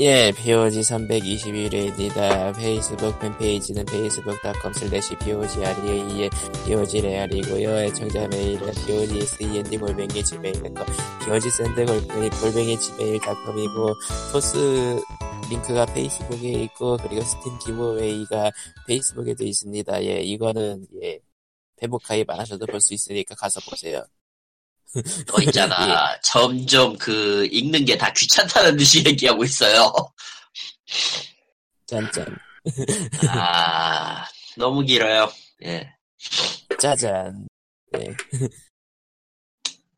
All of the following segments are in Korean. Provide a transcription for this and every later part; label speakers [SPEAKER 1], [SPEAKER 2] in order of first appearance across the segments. [SPEAKER 1] 예, POG 321회입니다. 페이스북 팬페이지는 facebook.com slash POGREAL, POGREAL이고요. 애청자 메일은 E POGSEND골뱅이 지메일과 POG샌드골뱅이 지메일닷컴이고, 소스 링크가 페이스북에 있고, 그리고 스팀 기부웨이가 페이스북에도 있습니다. 예, 이거는, 예, 페북 가입 안 하셔도 볼 수 있으니까 가서 보세요.
[SPEAKER 2] 너 있잖아. 점점 그 읽는 게 다 귀찮다는 듯이 얘기하고 있어요.
[SPEAKER 1] 짠짠.
[SPEAKER 2] 아 너무 길어요. 예,
[SPEAKER 1] 짜잔. 예,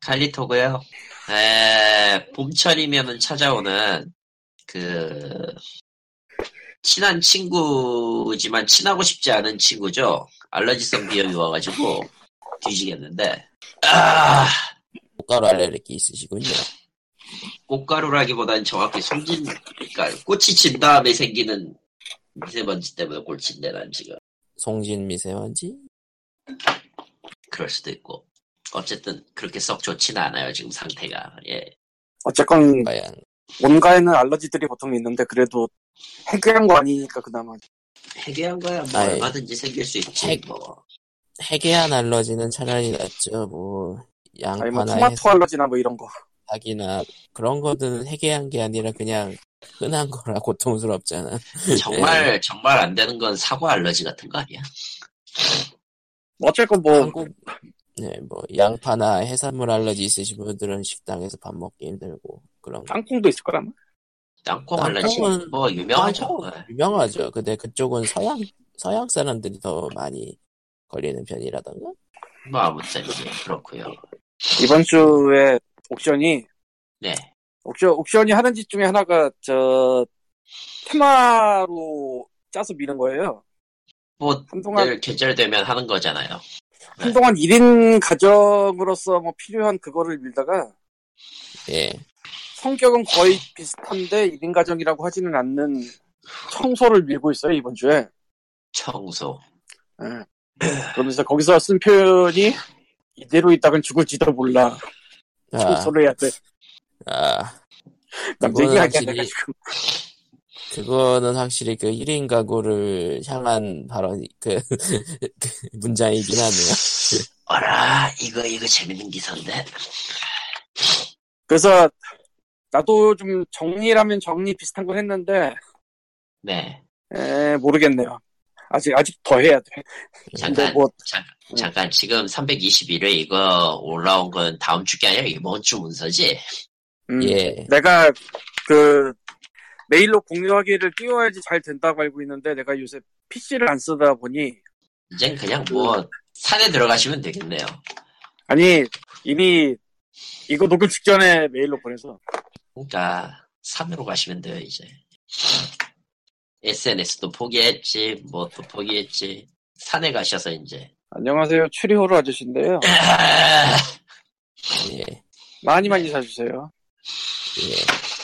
[SPEAKER 2] 칼리토고요. 에 봄철이면은 찾아오는 그 친한 친구지만 친하고 싶지 않은 친구죠. 알러지성 비염이 와가지고 뒤지겠는데. 아
[SPEAKER 1] 꽃가루 알레르기 있으시군요.
[SPEAKER 2] 꽃가루라기보다는 정확히 송진, 그러니까 꽃이 진 다음에 생기는 미세먼지 때문에 골친데 난 지금
[SPEAKER 1] 송진 미세먼지?
[SPEAKER 2] 그럴 수도 있고 어쨌든 그렇게 썩 좋지는 않아요 지금 상태가 예
[SPEAKER 3] 어쨌건
[SPEAKER 1] 과연.
[SPEAKER 3] 뭔가에는 알러지들이 보통 있는데 그래도 해결한 거 아니니까 그나마
[SPEAKER 2] 해결한 거야 뭐
[SPEAKER 1] 아이.
[SPEAKER 2] 얼마든지 생길 수 있지
[SPEAKER 1] 핵.
[SPEAKER 2] 뭐
[SPEAKER 1] 해괴한 알러지는 차라리 낫죠. 뭐
[SPEAKER 3] 아니 뭐
[SPEAKER 1] 양파나
[SPEAKER 3] 토마토 알러지나 뭐 이런 거
[SPEAKER 1] 해삭이나 그런 거는 해괴한 게 아니라 그냥 흔한 거라
[SPEAKER 3] 음.
[SPEAKER 1] 고통스럽잖아.
[SPEAKER 2] 예. 정말 정말 안 되는 건 사과 알러지 같은 거 아니야
[SPEAKER 3] 어쨌건 뭐
[SPEAKER 1] 한국 네, 뭐 양파나 해산물 알러지 있으신 분들은 식당에서 밥 먹기 힘들고 그런 거
[SPEAKER 3] 땅콩도 있을 거라 마
[SPEAKER 2] 땅콩
[SPEAKER 1] 땅콩은-
[SPEAKER 2] 알러지 뭐 유명하죠
[SPEAKER 1] 땅콩. 유명하죠. 근데 그쪽은 서양 서양 사람들이 더 많이 걸리는 편이라던가.
[SPEAKER 2] 예. 뭐 아무튼 예, 그렇고요
[SPEAKER 3] 이번 주에 옥션이
[SPEAKER 2] 네
[SPEAKER 3] 옥션 옥션이 하는 짓 중에 하나가 저 테마로 짜서 미는 거예요.
[SPEAKER 2] 뭐,
[SPEAKER 3] 한동안
[SPEAKER 2] 늘 계절되면 하는 거잖아요.
[SPEAKER 3] 한동안 1인 가정으로서 뭐 필요한 그거를 밀다가
[SPEAKER 1] 예.
[SPEAKER 3] 성격은 거의 비슷한데 1인 가정이라고 하지는 않는 청소를 밀고 있어요 이번 주에.
[SPEAKER 2] 청소.
[SPEAKER 3] 예. 그러면서 거기서 쓴 표현이 이대로 있다간 죽을지도 몰라.
[SPEAKER 1] 아,
[SPEAKER 3] 청소를 해야 돼.
[SPEAKER 1] 아,
[SPEAKER 3] 남자
[SPEAKER 1] 그거는
[SPEAKER 3] 얘기하기 안
[SPEAKER 1] 확실히-
[SPEAKER 3] 돼가지고.
[SPEAKER 1] 그거는 확실히 그 1인 가구를 향한 발언, 그, 그 문장이긴 하네요.
[SPEAKER 2] 어라, 이거, 이거 재밌는 기사인데.
[SPEAKER 3] 그래서 나도 좀 정리라면 정리 비슷한 걸 했는데
[SPEAKER 2] 네.
[SPEAKER 3] 에, 모르겠네요. 아직 아직 더 해야 돼. 근데
[SPEAKER 2] 잠깐,
[SPEAKER 3] 뭐
[SPEAKER 2] 잠, 잠깐 지금 321회 이거 올라온 건 다음 주게 아니라 이번 주 문서지?
[SPEAKER 3] 음,
[SPEAKER 1] 예.
[SPEAKER 3] 내가 그 메일로 공유하기를 띄워야지 잘 된다고 알고 있는데 내가 요새 PC를 안 쓰다 보니
[SPEAKER 1] 네,
[SPEAKER 2] 이젠 그냥 뭐 산에 들어가시면 되겠네요.
[SPEAKER 3] 아니 이미 이거 녹음 직전에 메일로 보내서
[SPEAKER 2] 그러니까 산으로 가시면 돼요 이제. SNS도 포기했지, 뭐 또 포기했지. 산에 가셔서 이제.
[SPEAKER 3] 안녕하세요 추리호로 아저씨인데요.
[SPEAKER 1] 예.
[SPEAKER 3] 많이 많이 사주세요.
[SPEAKER 1] 예.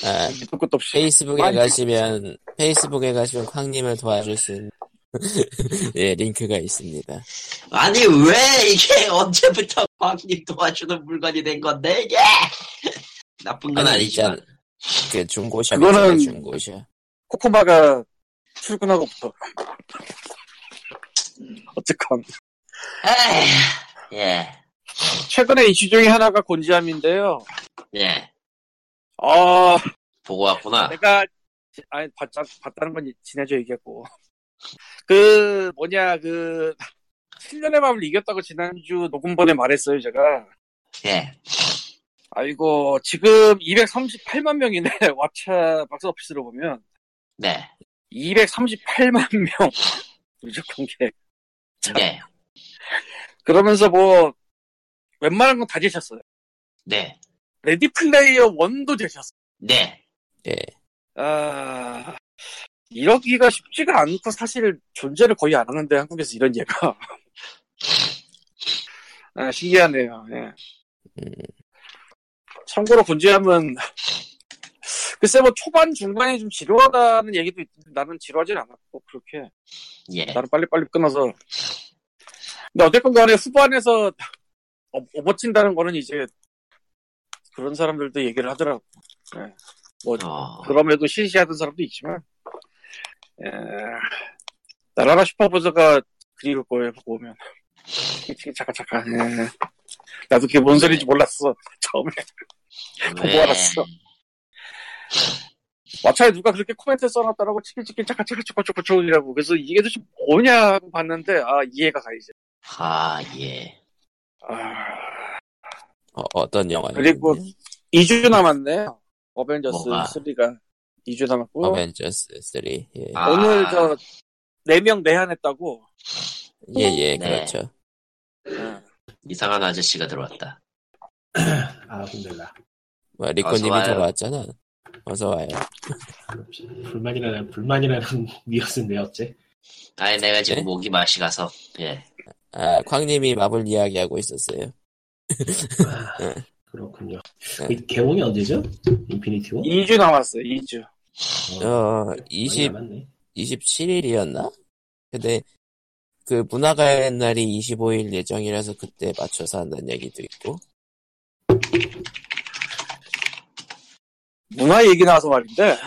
[SPEAKER 1] 아,
[SPEAKER 3] 밑도 끝도 없이.
[SPEAKER 1] 페이스북에
[SPEAKER 3] 많이
[SPEAKER 1] 가시면 페이스북에 가시면 쾅님을 도와줄 수 있는 예 링크가 있습니다.
[SPEAKER 2] 아니 왜 이게 언제부터 광님 도와주는 물건이 된 건데 이게? 나쁜 건
[SPEAKER 1] 아니,
[SPEAKER 2] 아니지만.
[SPEAKER 1] 일단 그 중고샵
[SPEAKER 3] 그거는-
[SPEAKER 1] 있잖아요, 중고샵.
[SPEAKER 3] 코코마가 출근하고부터 어쨌건
[SPEAKER 2] 에이, 예,
[SPEAKER 3] 최근에 이슈 중에 하나가 곤지암인데요.
[SPEAKER 2] 예.
[SPEAKER 3] 아
[SPEAKER 2] 보고 왔구나.
[SPEAKER 3] 내가 지- 아니 봤자, 봤다는 건 지난주 에 얘기했고 그 뭐냐 그 7년의 마음을 이겼다고 지난주 녹음번에 말했어요 제가
[SPEAKER 2] 예.
[SPEAKER 3] 아이고 지금 238만 명이네 왓챠 박스오피스로 보면
[SPEAKER 2] 네,
[SPEAKER 3] 238만 명 누적 공개
[SPEAKER 2] 네,
[SPEAKER 3] 그러면서 뭐 웬만한 건 다 제쳤어요
[SPEAKER 2] 네,
[SPEAKER 3] 레디 플레이어 원도 제쳤어요
[SPEAKER 2] 네.
[SPEAKER 1] 예.
[SPEAKER 3] 아 이러기가 쉽지가 않고 사실 존재를 거의 안 하는데 한국에서 이런 예가 아, 신기하네요. 예.
[SPEAKER 1] 음,
[SPEAKER 3] 참고로 군지함은 글쎄 뭐 초반 중반에 좀 지루하다는 얘기도 있는데 나는 지루하진 않았고 그렇게
[SPEAKER 2] 예.
[SPEAKER 3] 나는 빨리빨리 끊어서 근데 어쨌건 간에 후반에서 어, 업어친다는 거는 이제 그런 사람들도 얘기를 하더라고.
[SPEAKER 2] 어,
[SPEAKER 3] 그럼에도 실시하던 사람도 있지만 예. 에, 나라라 슈퍼보저가 그리울 거예요 보고 오면 지금 잠깐 잠깐 예. 나도 그게 뭔 소리인지 몰랐어 처음에 보고 알았어 마차에 누가 그렇게 코멘트 써놨더라고 치킨치킨 차카차카초코초코초이라고 그래서 이게 도대체 뭐냐 하고 봤는데 아 이해가 가 이제
[SPEAKER 2] 아, 예.
[SPEAKER 3] 아,
[SPEAKER 1] 어, 어떤 영화?
[SPEAKER 3] 그리고 2주 남았네요 어벤져스
[SPEAKER 2] 뭐가?
[SPEAKER 3] 3가 2주 남았고
[SPEAKER 1] 어벤져스 3. 예, 예,
[SPEAKER 2] 아.
[SPEAKER 3] 오늘 저 4명 내한했다고
[SPEAKER 1] 예,
[SPEAKER 2] 네.
[SPEAKER 1] 그렇죠.
[SPEAKER 3] 예.
[SPEAKER 2] 이상한 아저씨가 들어왔다.
[SPEAKER 4] 아 힘들다.
[SPEAKER 1] 뭐,
[SPEAKER 2] 어서
[SPEAKER 1] 리코님이
[SPEAKER 2] 와요.
[SPEAKER 1] 돌아왔잖아. 어서 와요.
[SPEAKER 4] 불만이라는 불만이라는 미었은 내었지.
[SPEAKER 2] 아니, 내가 지금
[SPEAKER 1] 네?
[SPEAKER 2] 목이 맛이 가서, 예.
[SPEAKER 1] 아, 광님이 마블 이야기하고 있었어요.
[SPEAKER 4] 아, 그렇군요.
[SPEAKER 1] 네.
[SPEAKER 4] 이 개봉이 언제죠? 인피니티 워?
[SPEAKER 3] 2주 남았어요 2주 음.
[SPEAKER 1] 어,
[SPEAKER 4] 많이
[SPEAKER 1] 20,
[SPEAKER 4] 남았네.
[SPEAKER 1] 27일이었나? 근데, 그, 문화가의 날이 25일 예정이라서 그때 맞춰서 한다는 얘기도 있고.
[SPEAKER 3] 문화 얘기 나와서 말인데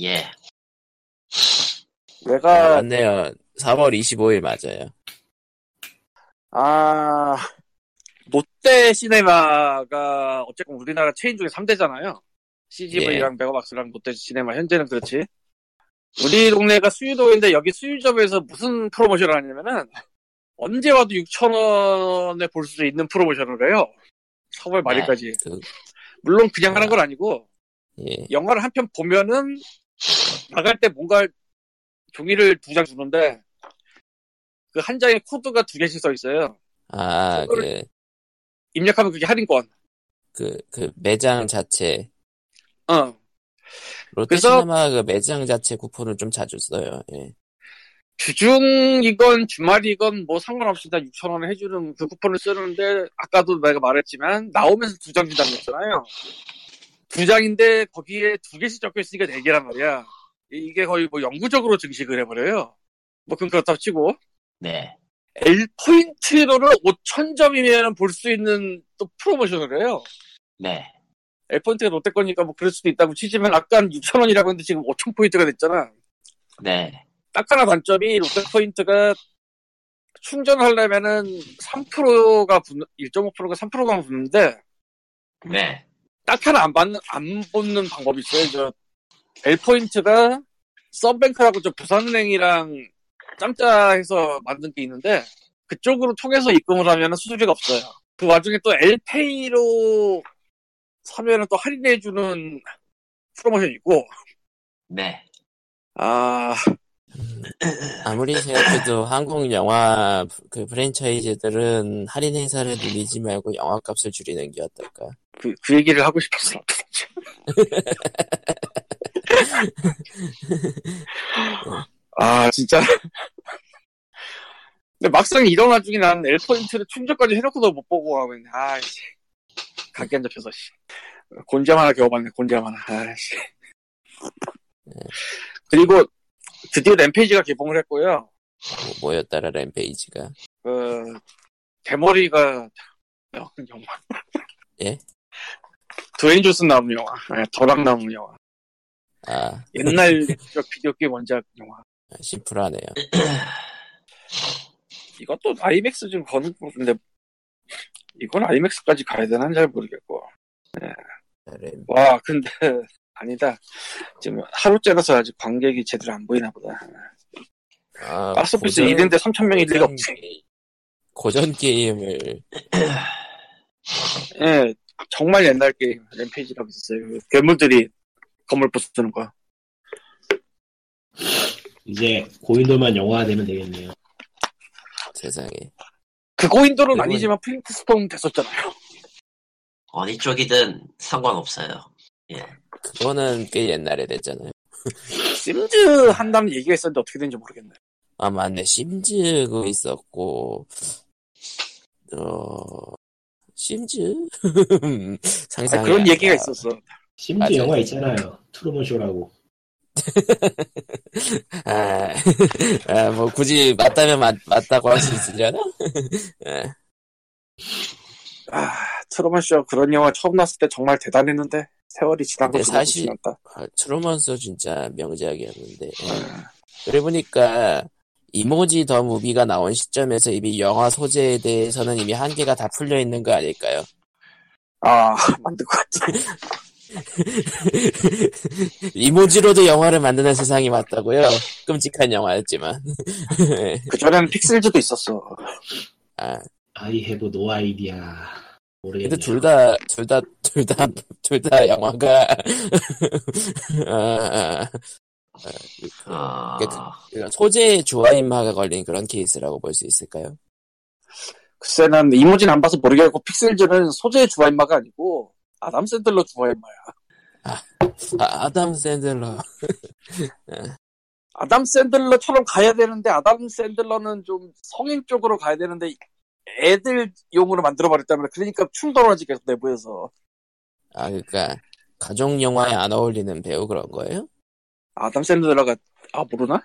[SPEAKER 2] 예.
[SPEAKER 1] 아,
[SPEAKER 3] 내가
[SPEAKER 1] 맞네요. 4월 25일 맞아요.
[SPEAKER 3] 아 롯데 시네마가 어쨌건 우리나라 체인 중에
[SPEAKER 1] 예.
[SPEAKER 3] 3대잖아요. CGV랑 메가박스랑 롯데 시네마 현재는 그렇지. 우리 동네가 수유도인데 여기 수유점에서 무슨 프로모션을 하냐면은 언제 와도 6천 원에 볼 수 있는 프로모션을 해요. 4월 말일까지.
[SPEAKER 1] 그,
[SPEAKER 3] 물론 그냥 하는 건 아니고
[SPEAKER 1] 예.
[SPEAKER 3] 영화를 한 편 보면은 나갈 때 뭔가 종이를 두 장 주는데 그 한 장에 코드가 두 개씩 써 있어요.
[SPEAKER 1] 아, 그,
[SPEAKER 3] 그거를- 입력하면 그게 할인권.
[SPEAKER 1] 그, 그, 매장 자체.
[SPEAKER 3] 어. 그래서-
[SPEAKER 1] 롯데시네마 그 매장 자체 쿠폰을 좀 자주 써요. 예.
[SPEAKER 3] 주중이건 주말이건 뭐 상관없이 다 6천 원을 해주는 그 쿠폰을 쓰는데 아까도 내가 말했지만 나오면서 두 장 준다고 했잖아요. 두 장인데 거기에 두 개씩 적혀 있으니까 네 개란 말이야. 이- 이게 거의 뭐 영구적으로 증식을 해버려요. 뭐 그건 그렇다고 치고
[SPEAKER 2] 네.
[SPEAKER 3] L 포인트로는 5천 점이면 볼 수 있는 또 프로모션을 해요.
[SPEAKER 2] 네.
[SPEAKER 3] L 포인트가 롯데 거니까 뭐 그럴 수도 있다고 치지만 아까 6천 원이라고 했는데 지금 5천 포인트가 됐잖아.
[SPEAKER 2] 네.
[SPEAKER 3] 딱 하나 단점이 롯데 포인트가 충전하려면은 3%가 붙는, 1.5%가 3%가 붙는데
[SPEAKER 2] 네.
[SPEAKER 3] 딱 하나 안 받는, 안 붙는 방법이 있어요. 저, L 포인트가 썬뱅크라고 저 부산은행이랑 짬짜해서 만든 게 있는데 그쪽으로 통해서 입금을 하면 수수료가 없어요. 그 와중에 또 엘페이로 사면은 또 할인해주는 프로모션이 있고
[SPEAKER 2] 네.
[SPEAKER 3] 아
[SPEAKER 1] 아무리 생각해도 한국 영화 그 프랜차이즈들은 할인 행사를 늘리지 말고 영화 값을 줄이는 게 어떨까? 뭐,
[SPEAKER 3] 그, 그 얘기를 하고 싶었어. 아, 진짜. 근데 막상 이런 와중에 난 엘포인트를 충전까지 해놓고도 못 보고 가고 있네. 아이씨. 각기 안 잡혀서, 씨. 곤지암 하나 겨워봤네, 곤지암 하나. 아이씨. 그리고 드디어 램페이지가 개봉을 했고요.
[SPEAKER 1] 뭐, 였더라 램페이지가.
[SPEAKER 3] 그, 대머리가 나오는 영화.
[SPEAKER 1] 예?
[SPEAKER 3] 드웨인 존슨 나오는 영화. 아니, 더락 나오는 영화.
[SPEAKER 1] 아,
[SPEAKER 3] 옛날 저 비디오 게임 원작 영화.
[SPEAKER 1] 심플하네요.
[SPEAKER 3] 이것도 아이맥스 좀 거는 건데, 이건 아이맥스까지 가야 되나 잘 모르겠고.
[SPEAKER 1] 램-
[SPEAKER 3] 와, 근데, 아니다. 지금 하루째라서 아직 관객이 제대로 안 보이나 보다.
[SPEAKER 1] 아,
[SPEAKER 3] 박스오피스
[SPEAKER 1] 고전-
[SPEAKER 3] 1인데 3,000명일 리가
[SPEAKER 1] 고전
[SPEAKER 3] 없지.
[SPEAKER 1] 게- 고전 게임을 음.
[SPEAKER 3] 예, 정말 옛날 게임, 램페이지라고 있었어요. 그 괴물들이 건물 부수는 거.
[SPEAKER 4] 이제 고인돌만 영화가 되면 되겠네요.
[SPEAKER 1] 세상에.
[SPEAKER 3] 그 고인돌은
[SPEAKER 1] 그건-
[SPEAKER 3] 아니지만 프린트 스톤 됐었잖아요.
[SPEAKER 2] 어느 쪽이든 상관없어요. 예.
[SPEAKER 1] 그거는 꽤 옛날에 됐잖아요.
[SPEAKER 3] 심즈 한다는 얘기가 있었는데 어떻게 된지 모르겠네.
[SPEAKER 1] 아, 맞네. 심즈도 있었고, 어, 심즈?
[SPEAKER 3] 아,
[SPEAKER 1] 상상이
[SPEAKER 3] 그런
[SPEAKER 1] 안 가.
[SPEAKER 3] 얘기가 있었어.
[SPEAKER 4] 심지어
[SPEAKER 1] 맞아요.
[SPEAKER 4] 영화 있잖아요. 트루먼쇼라고.
[SPEAKER 1] 아, 아, 뭐 굳이 맞다면 맞, 맞다고 할 수 있으려나?
[SPEAKER 3] 아, 트루먼 쇼 그런 영화 처음 나왔을 때 정말 대단했는데 세월이 지나고
[SPEAKER 1] 근데
[SPEAKER 3] 두
[SPEAKER 1] 사실-
[SPEAKER 3] 번이 지났다.
[SPEAKER 1] 아, 트루먼쇼 진짜 명작이었는데. 예. 그래 보니까 이모지 더 무비가 나온 시점에서 이미 영화 소재에 대해서는 이미 한계가 다 풀려 있는 거 아닐까요?
[SPEAKER 3] 아 만든 것 같아.
[SPEAKER 1] 이모지로도 영화를 만드는 세상이 맞다고요? 끔찍한 영화였지만. 네.
[SPEAKER 3] 그 전에는 픽셀즈도 있었어.
[SPEAKER 1] 아,
[SPEAKER 4] I have no idea. 모르겠네.
[SPEAKER 3] 예,
[SPEAKER 1] 근데 둘 다, 둘 다, 둘 다, 둘 다 영화가, 아, 아, 아,
[SPEAKER 2] 아,
[SPEAKER 1] 그러니까 소재의 조화인마가 걸린 그런 케이스라고 볼 수 있을까요?
[SPEAKER 3] 글쎄 난 이모진 안 봐서 모르겠고 픽셀즈는 소재의 주화인마가 아니고 아담 샌들러 주화인마야.
[SPEAKER 1] 아, 아담 샌들러.
[SPEAKER 3] 아담 샌들러처럼 가야 되는데 아담 샌들러는 좀 성인 쪽으로 가야 되는데 애들용으로 만들어버렸다면 그러니까 충돌하지 계속 내부에서
[SPEAKER 1] 아, 그러니까 가족 영화에 안 어울리는 배우 그런 거예요?
[SPEAKER 3] 아담 샌들러가 아 모르나?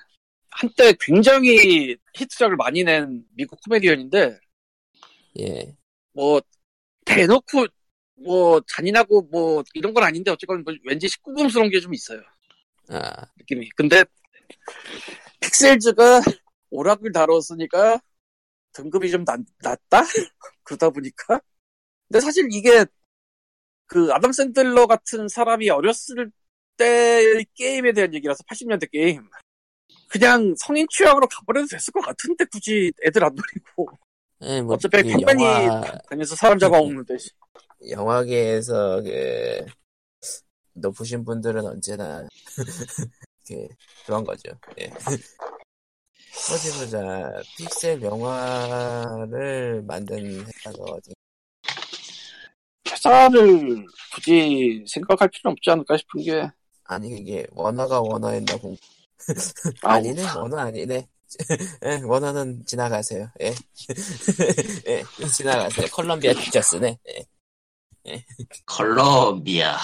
[SPEAKER 3] 한때 굉장히 히트작을 많이 낸 미국 코미디언인데
[SPEAKER 1] 예.
[SPEAKER 3] 뭐 대놓고 뭐 잔인하고 뭐 이런 건 아닌데 어쨌건 뭐 왠지 식구금스러운 게 좀 있어요
[SPEAKER 1] 아,
[SPEAKER 3] 느낌이 근데 픽셀즈가 오락을 다뤘으니까 등급이 좀 낮, 낮다? 그러다 보니까 근데 사실 이게 그 아담 샌들러 같은 사람이 어렸을 때의 게임에 대한 얘기라서 80년대 게임 그냥 성인 취향으로 가버려도 됐을 것 같은데 굳이 애들 안 노리고
[SPEAKER 1] 예, 뭐,
[SPEAKER 3] 어차피
[SPEAKER 1] 그
[SPEAKER 3] 팽팽히
[SPEAKER 1] 영화,
[SPEAKER 3] 다녀서 사람 잡아오는데
[SPEAKER 1] 영화계에서 그, 높으신 분들은 언제나, 그, 그런 거죠. 예. 어디 보자. 픽셀 영화를 만든 회사가 어디.
[SPEAKER 3] 회사를 굳이 생각할 필요는 없지 않을까 싶은 게
[SPEAKER 1] 아니, 이게 원화가 원화였나 공
[SPEAKER 3] 아우.
[SPEAKER 1] 아니네, 원화 아니네. 예, 원화는 지나가세요. 예. 예, 지나가세요. 콜롬비아 피처스네. 예.
[SPEAKER 2] 컬럼비아.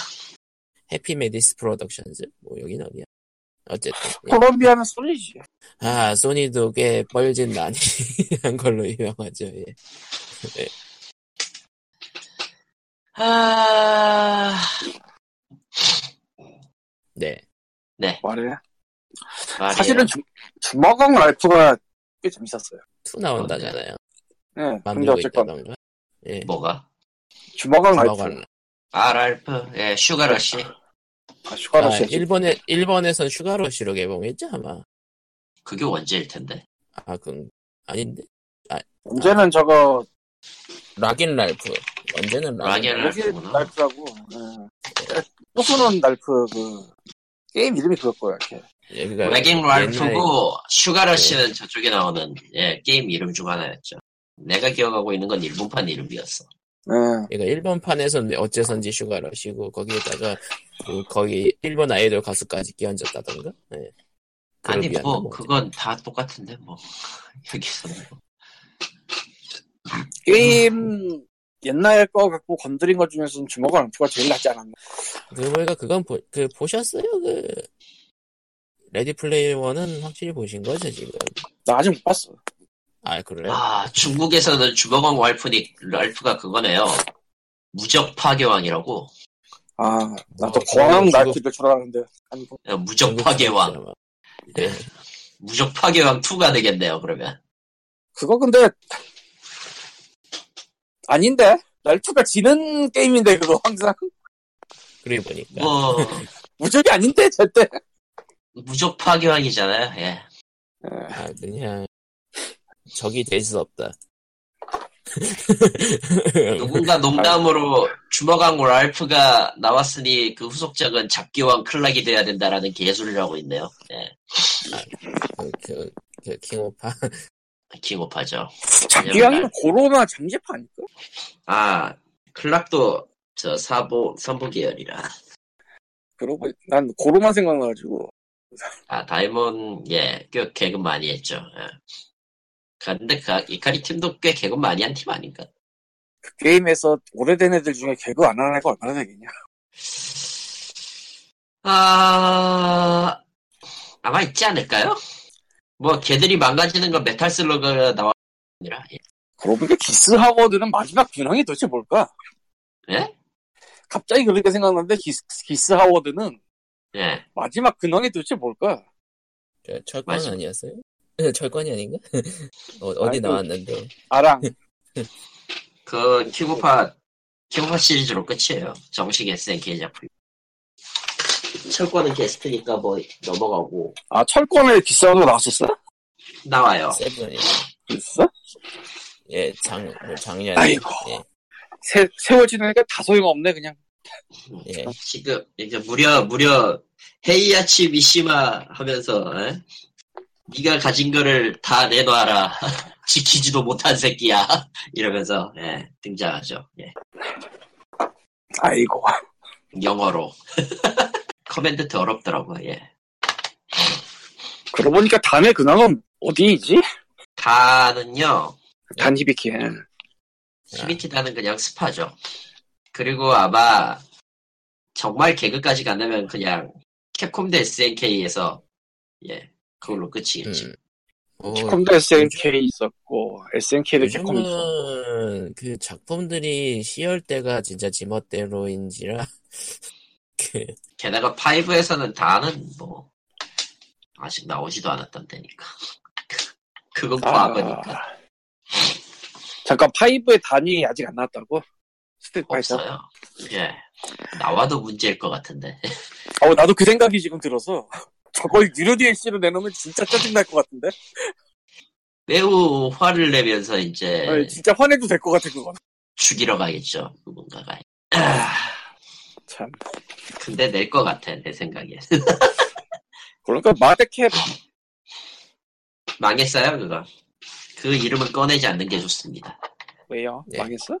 [SPEAKER 1] 해피 메디스 프로덕션즈 뭐 여긴 어디야 어쨌든 예.
[SPEAKER 3] 콜롬비아는 소리지
[SPEAKER 1] 아 소니도 꽤 뻘짓 많이 한 걸로 유명하죠 예.
[SPEAKER 2] 아,
[SPEAKER 1] 네
[SPEAKER 2] 네.
[SPEAKER 3] 말해
[SPEAKER 2] 말이에요.
[SPEAKER 3] 사실은 주, 주먹왕 라이프가 꽤 재밌었어요.
[SPEAKER 1] 투 나온다잖아요 네.
[SPEAKER 3] 예. 근데
[SPEAKER 1] 만들고
[SPEAKER 3] 어쨌건
[SPEAKER 1] 있다던가 예뭐
[SPEAKER 2] 뭐가?
[SPEAKER 3] 주먹왕 라이프.
[SPEAKER 1] 주먹원
[SPEAKER 2] 아, 랄프. 예, 슈가러시.
[SPEAKER 3] 아,
[SPEAKER 1] 아,
[SPEAKER 3] 슈가러시.
[SPEAKER 1] 일본에 일본에선 슈가로시로 개봉했죠 아마
[SPEAKER 2] 그게 원제일 텐데.
[SPEAKER 1] 아그 아닌데
[SPEAKER 3] 언제는 저거
[SPEAKER 1] 락인 랄프 언제는 락인
[SPEAKER 2] 락인
[SPEAKER 1] 랄프
[SPEAKER 3] 여기
[SPEAKER 2] 랄프구나.
[SPEAKER 3] 날프라고. 뽑으는 날프 그 게임 이름이 그럴 거야. 이렇게.
[SPEAKER 1] 예, 그러니까
[SPEAKER 2] 렉인
[SPEAKER 1] 옛날에
[SPEAKER 2] 랄프고, 슈가러시는 저쪽에 나오는, 예, 게임 이름 중 하나였죠. 내가 기억하고 있는 건 일본판 이름이었어.
[SPEAKER 3] 예.
[SPEAKER 1] 그러니까 일본판에선 어째선지 슈가러시고 거기에다가 그 거기 일본 아이돌 가수까지 끼얹었다던가 예.
[SPEAKER 2] 아니,
[SPEAKER 1] 그룹이었나
[SPEAKER 2] 뭐,
[SPEAKER 1] 뭐.
[SPEAKER 2] 그건 다 똑같은데, 뭐. 여기서는. 뭐.
[SPEAKER 3] 게임 옛날 거 갖고 건드린 것 중에서는 주먹왕 라이프가 제일 낫지 않았나.
[SPEAKER 1] 그 보니까 그건 보, 그 보셨어요? 그 레디 플레이어 원은 확실히 보신 거죠 지금?
[SPEAKER 3] 나 아직 못 봤어.
[SPEAKER 1] 아 그래요?
[SPEAKER 2] 아, 중국에서는 주먹왕 왈프니, 랄프가 그거네요. 무적 파괴왕이라고.
[SPEAKER 3] 아, 나도
[SPEAKER 1] 어,
[SPEAKER 3] 거왕
[SPEAKER 1] 주먹-
[SPEAKER 3] 라이프 될줄 알았는데. 아니, 뭐,
[SPEAKER 2] 예, 무적 파괴왕.
[SPEAKER 1] 아마. 예.
[SPEAKER 2] 무적 파괴왕 2가 되겠네요, 그러면.
[SPEAKER 3] 그거 근데 아닌데 날프가 지는 게임인데 그거 항상
[SPEAKER 1] 그래 보니까
[SPEAKER 2] 뭐,
[SPEAKER 3] 무적이 아닌데 절대.
[SPEAKER 2] 무적 파괴왕이잖아요, 예.
[SPEAKER 1] 아, 그냥 적이 될 수 없다.
[SPEAKER 2] 누군가 농담으로 주먹왕 랄프가 나왔으니 그 후속작은 잡기왕 클락이 돼야 된다라는 개소리를 하고 있네요. 예,
[SPEAKER 1] 그, 그, 그 킹오파
[SPEAKER 2] 아, 킹오파죠.
[SPEAKER 3] 작기왕이 고로나 잠재파 아닐까?
[SPEAKER 2] 아, 클락도 저 사보, 선보 계열이라.
[SPEAKER 3] 그러고 난 고로만 생각나가지고
[SPEAKER 2] 아, 다이몬, 예, 꽤 개그 많이 했죠. 예. 근데 그, 이카리 팀도 꽤 개그 많이 한 팀 아닌가?
[SPEAKER 3] 그 게임에서 오래된 애들 중에 개그 안 하는 애가 얼마나 되겠냐?
[SPEAKER 2] 아, 아마 있지 않을까요? 뭐, 걔들이 망가지는 건 메탈 슬러그가 나와. 아니라, 예.
[SPEAKER 3] 그러고 보니까 기스하워드는 마지막 근황이 도대체 뭘까?
[SPEAKER 2] 예?
[SPEAKER 3] 갑자기 그렇게 생각났는데 기스, 기스 하워드는
[SPEAKER 2] 예.
[SPEAKER 3] 마지막 근황이 도대체 뭘까?
[SPEAKER 1] 저 철권
[SPEAKER 2] 맞아.
[SPEAKER 1] 아니었어요? 철권이 아닌가? 어, 어디
[SPEAKER 3] 아이고.
[SPEAKER 1] 나왔는데
[SPEAKER 3] 아랑
[SPEAKER 2] 그 큐브파 큐브파 시리즈로 끝이에요. 정식 SNK 작품. 철권은 게스트니까 뭐 넘어가고
[SPEAKER 3] 아 철권에 기스 하워드 나왔었어?
[SPEAKER 1] 예.
[SPEAKER 2] 나와요.
[SPEAKER 1] 세븐이
[SPEAKER 3] 있어?
[SPEAKER 1] 예장 예, 작년
[SPEAKER 3] 아이고. 세, 세월 지나니까 다 소용없네 그냥
[SPEAKER 1] 예,
[SPEAKER 2] 지금 이제 무려 무려 헤이야치 미시마 하면서 에? 네가 가진 거를 다 내놔라 지키지도 못한 새끼야 이러면서 예, 등장하죠 예,
[SPEAKER 3] 아이고
[SPEAKER 2] 영어로 커맨드 더럽더라고 예.
[SPEAKER 3] 그러고 보니까 단의 근황은 어디이지?
[SPEAKER 2] 가는요
[SPEAKER 3] 단 히비키
[SPEAKER 2] 히비키다는 그냥 스파죠 그리고 아마 정말 개그까지 간다면 그냥 캡콤 대 SNK에서 예 그걸로 끝이겠지
[SPEAKER 1] 음. 뭐,
[SPEAKER 3] 캡콤도 SNK 있었고 SNK도 캡콤 있었고
[SPEAKER 1] 요즘은 그 작품들이 시열대가 진짜 지멋대로인지라 그
[SPEAKER 2] 게다가 5에서는 다는 뭐 아직 나오지도 않았던데니까 그건 과거니까
[SPEAKER 3] 아, 잠깐 파이브의 단위 아직 안 나왔다고? 스트릿 파이터.
[SPEAKER 2] 없어요 예 나와도 문제일 것 같은데
[SPEAKER 3] 어, 나도 그 생각이 지금 들어서 저걸 유료 DLC로 내놓으면 진짜 짜증날 것 같은데.
[SPEAKER 2] 매우 화를 내면서 이제
[SPEAKER 3] 아니, 진짜 화내도 될 것 같아 그건.
[SPEAKER 2] 죽이러 가겠죠 누군가가
[SPEAKER 3] 참.
[SPEAKER 2] 근데 낼 것 같아 내 생각에
[SPEAKER 3] 그러니까 마데캡
[SPEAKER 2] 망했어요 그거 그 이름은 꺼내지 않는 게 좋습니다
[SPEAKER 3] 왜요?
[SPEAKER 1] 네.
[SPEAKER 3] 망했어?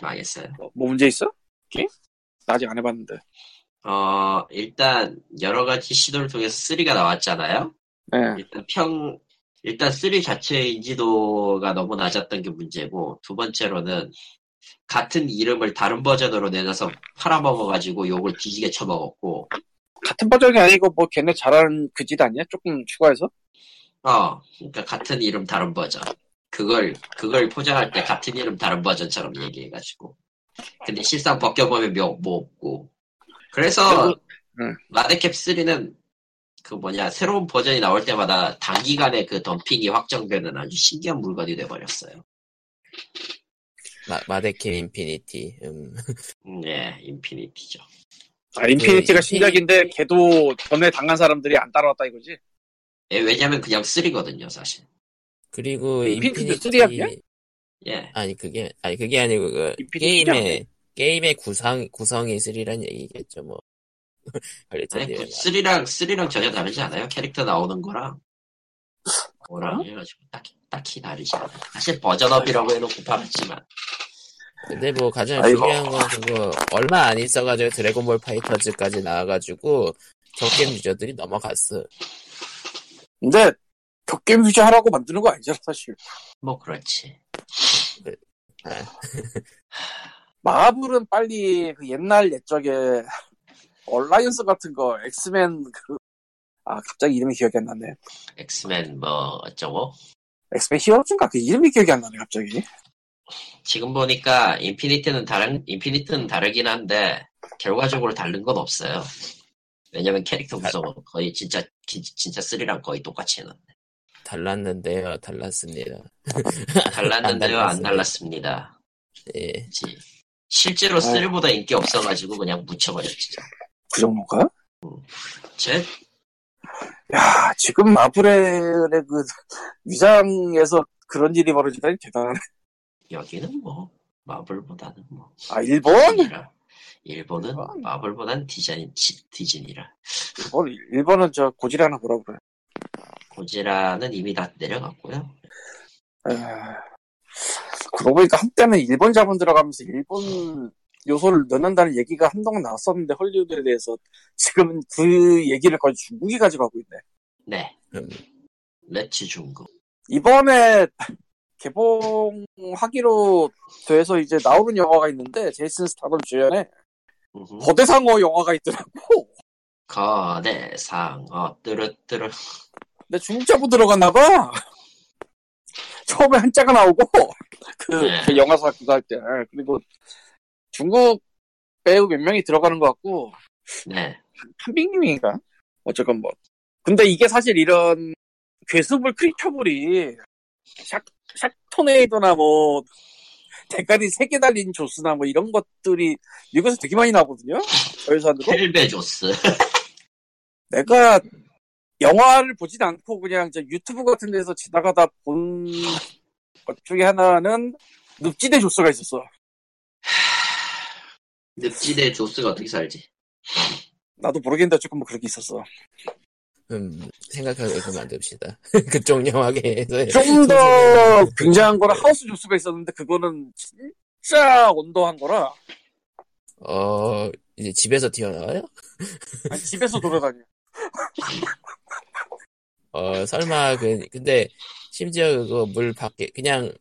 [SPEAKER 2] 망했어요
[SPEAKER 3] 뭐, 뭐 문제 있어? 게임? 나 아직 안 해봤는데.
[SPEAKER 2] 어 일단 여러 가지 시도를 통해서 3가 나왔잖아요
[SPEAKER 3] 네.
[SPEAKER 2] 일단 평, 일단 3 자체의 인지도가 너무 낮았던 게 문제고, 두 번째로는 같은 이름을 다른 버전으로 내놔서 팔아먹어가지고 욕을 뒤지게 쳐먹었고,
[SPEAKER 3] 같은 버전이 아니고 뭐 걔네 잘하는 그 짓 아니야? 조금 추가해서?
[SPEAKER 2] 어, 그러니까 같은 이름 다른 버전. 그걸, 그걸 포장할 때 같은 이름 다른 버전처럼 얘기해가지고. 근데 실상 벗겨보면 묘, 뭐 없고. 그래서,
[SPEAKER 3] 그리고- 응.
[SPEAKER 2] 마데캡 3는 그 뭐냐, 새로운 버전이 나올 때마다 단기간에 그 덤핑이 확정되는 아주 신기한 물건이 돼버렸어요.
[SPEAKER 1] 마, 마데케 인피니티 음.
[SPEAKER 2] 음, 예, 인피니티죠.
[SPEAKER 3] 아 인피니티가
[SPEAKER 1] 인피니티.
[SPEAKER 3] 신작인데 걔도 전에 당한 사람들이 안 따라왔다 이거지?
[SPEAKER 2] 예, 왜냐면 그냥 3거든요, 사실.
[SPEAKER 1] 그리고
[SPEAKER 3] 인피니티도
[SPEAKER 1] 인피니티
[SPEAKER 3] 쓰리야, 그냥?
[SPEAKER 2] 예,
[SPEAKER 1] 아니 그게 아니 그게 아니고 그
[SPEAKER 3] 인피니티가
[SPEAKER 1] 게임의 게임의 구성 구성이 쓰리란 얘기겠죠 뭐 그렇죠,
[SPEAKER 2] 아니,
[SPEAKER 1] 그랬더니
[SPEAKER 2] 그 3랑, 3랑 전혀 다르지 않아요? 캐릭터 나오는 거랑,
[SPEAKER 1] 어?
[SPEAKER 2] 뭐랑 해가지고 딱히, 딱히 다르지 않아요. 사실 버전업이라고 해놓고 팔았지만,
[SPEAKER 1] 근데 뭐 가장
[SPEAKER 3] 아이고.
[SPEAKER 1] 중요한 건 그거 얼마 안 있어가지고 드래곤볼 파이터즈까지 나와가지고 적게 유저들이 넘어갔어.
[SPEAKER 3] 근데 격겜 유지하라고 만드는 거 아니잖아 사실.
[SPEAKER 2] 뭐 그렇지.
[SPEAKER 3] 마블은 빨리 그 옛날 옛적에 얼라이언스 같은 거 엑스맨 그, 아 갑자기 이름이 기억이 안 나네
[SPEAKER 2] 엑스맨 뭐 어쩌고.
[SPEAKER 3] 엑스맨 히어로즈인가 그 이름이 기억이 안 나네 갑자기
[SPEAKER 2] 지금 보니까 인피니티는 다른, 인피니티는 다르긴 한데, 결과적으로 다른 건 없어요. 왜냐면 캐릭터 구성은 거의 진짜, 진- 진짜 3랑 거의 똑같이 해놨네.
[SPEAKER 1] 달랐는데요, 달랐습니다.
[SPEAKER 2] 달랐는데요, 안
[SPEAKER 1] 달랐어요.
[SPEAKER 2] 달랐습니다.
[SPEAKER 1] 예.
[SPEAKER 2] 있지. 실제로 쓰리보다 인기 없어가지고 그냥 묻혀버렸지.
[SPEAKER 3] 그 정도가?
[SPEAKER 2] 제
[SPEAKER 3] 야 아, 지금 마블의 그 위장에서 그런 일이 벌어지다니 대단하네
[SPEAKER 2] 여기는 뭐 마블보다는 뭐
[SPEAKER 3] 아 일본?
[SPEAKER 2] 디즈니라. 일본은 마블보다는 디자인 지- 디즈니라.
[SPEAKER 3] 일본 일본은 저 고지라 하나 보라고 그래
[SPEAKER 2] 고지라는 이미 다 내려갔고요.
[SPEAKER 3] 에... 그러고 보니까 한때는 일본 자본 들어가면서 일본 요소를 넣는다는 얘기가 한동안 나왔었는데 헐리우드에 대해서 지금은 그 얘기를 거의 중국이 가져가고 있네
[SPEAKER 2] 네,
[SPEAKER 1] 음,
[SPEAKER 2] 레츠 중국.
[SPEAKER 3] 이번에 개봉하기로 돼서 이제 나오는 영화가 있는데 제이슨 스타덤 주연의
[SPEAKER 2] 우후.
[SPEAKER 3] 거대상어 영화가 있더라고.
[SPEAKER 2] 거대 상어 뚜루뚜루.
[SPEAKER 3] 근데 중국자부 들어갔나 봐. 처음에 한자가 나오고 그, 그 영화사 그거 할 때 그리고 중국에 배우 몇 명이 들어가는 것 같고
[SPEAKER 2] 네.
[SPEAKER 3] 한빙님인가? 어쨌건 뭐. 근데 이게 사실 이런 괴수불 크리처불이 샥, 샥토네이도나 뭐 대가리 세 개 달린 조스나 뭐 이런 것들이 미국에서 되게 많이 나오거든요. 저예산으로.
[SPEAKER 2] 헬베조스.
[SPEAKER 3] 내가 영화를 보진 않고 그냥 저 유튜브 같은 데서 지나가다 본 것 중에 하나는 늪지대 조스가 있었어.
[SPEAKER 2] 늪지대 조스가 어떻게 살지?
[SPEAKER 3] 나도 모르겠는데 조금 뭐 그렇게 있었어.
[SPEAKER 1] 음, 생각하게 그만둡시다. 그쪽 영화계에서.
[SPEAKER 3] 좀 더 굉장한 거는 하우스 조스가 있었는데 그거는 진짜 온도한 거라
[SPEAKER 1] 어, 이제 집에서 튀어나와요?
[SPEAKER 3] 아니, 집에서 돌아다녀.
[SPEAKER 1] 어, 설마, 그, 근데, 심지어 그거 물 밖에, 그냥,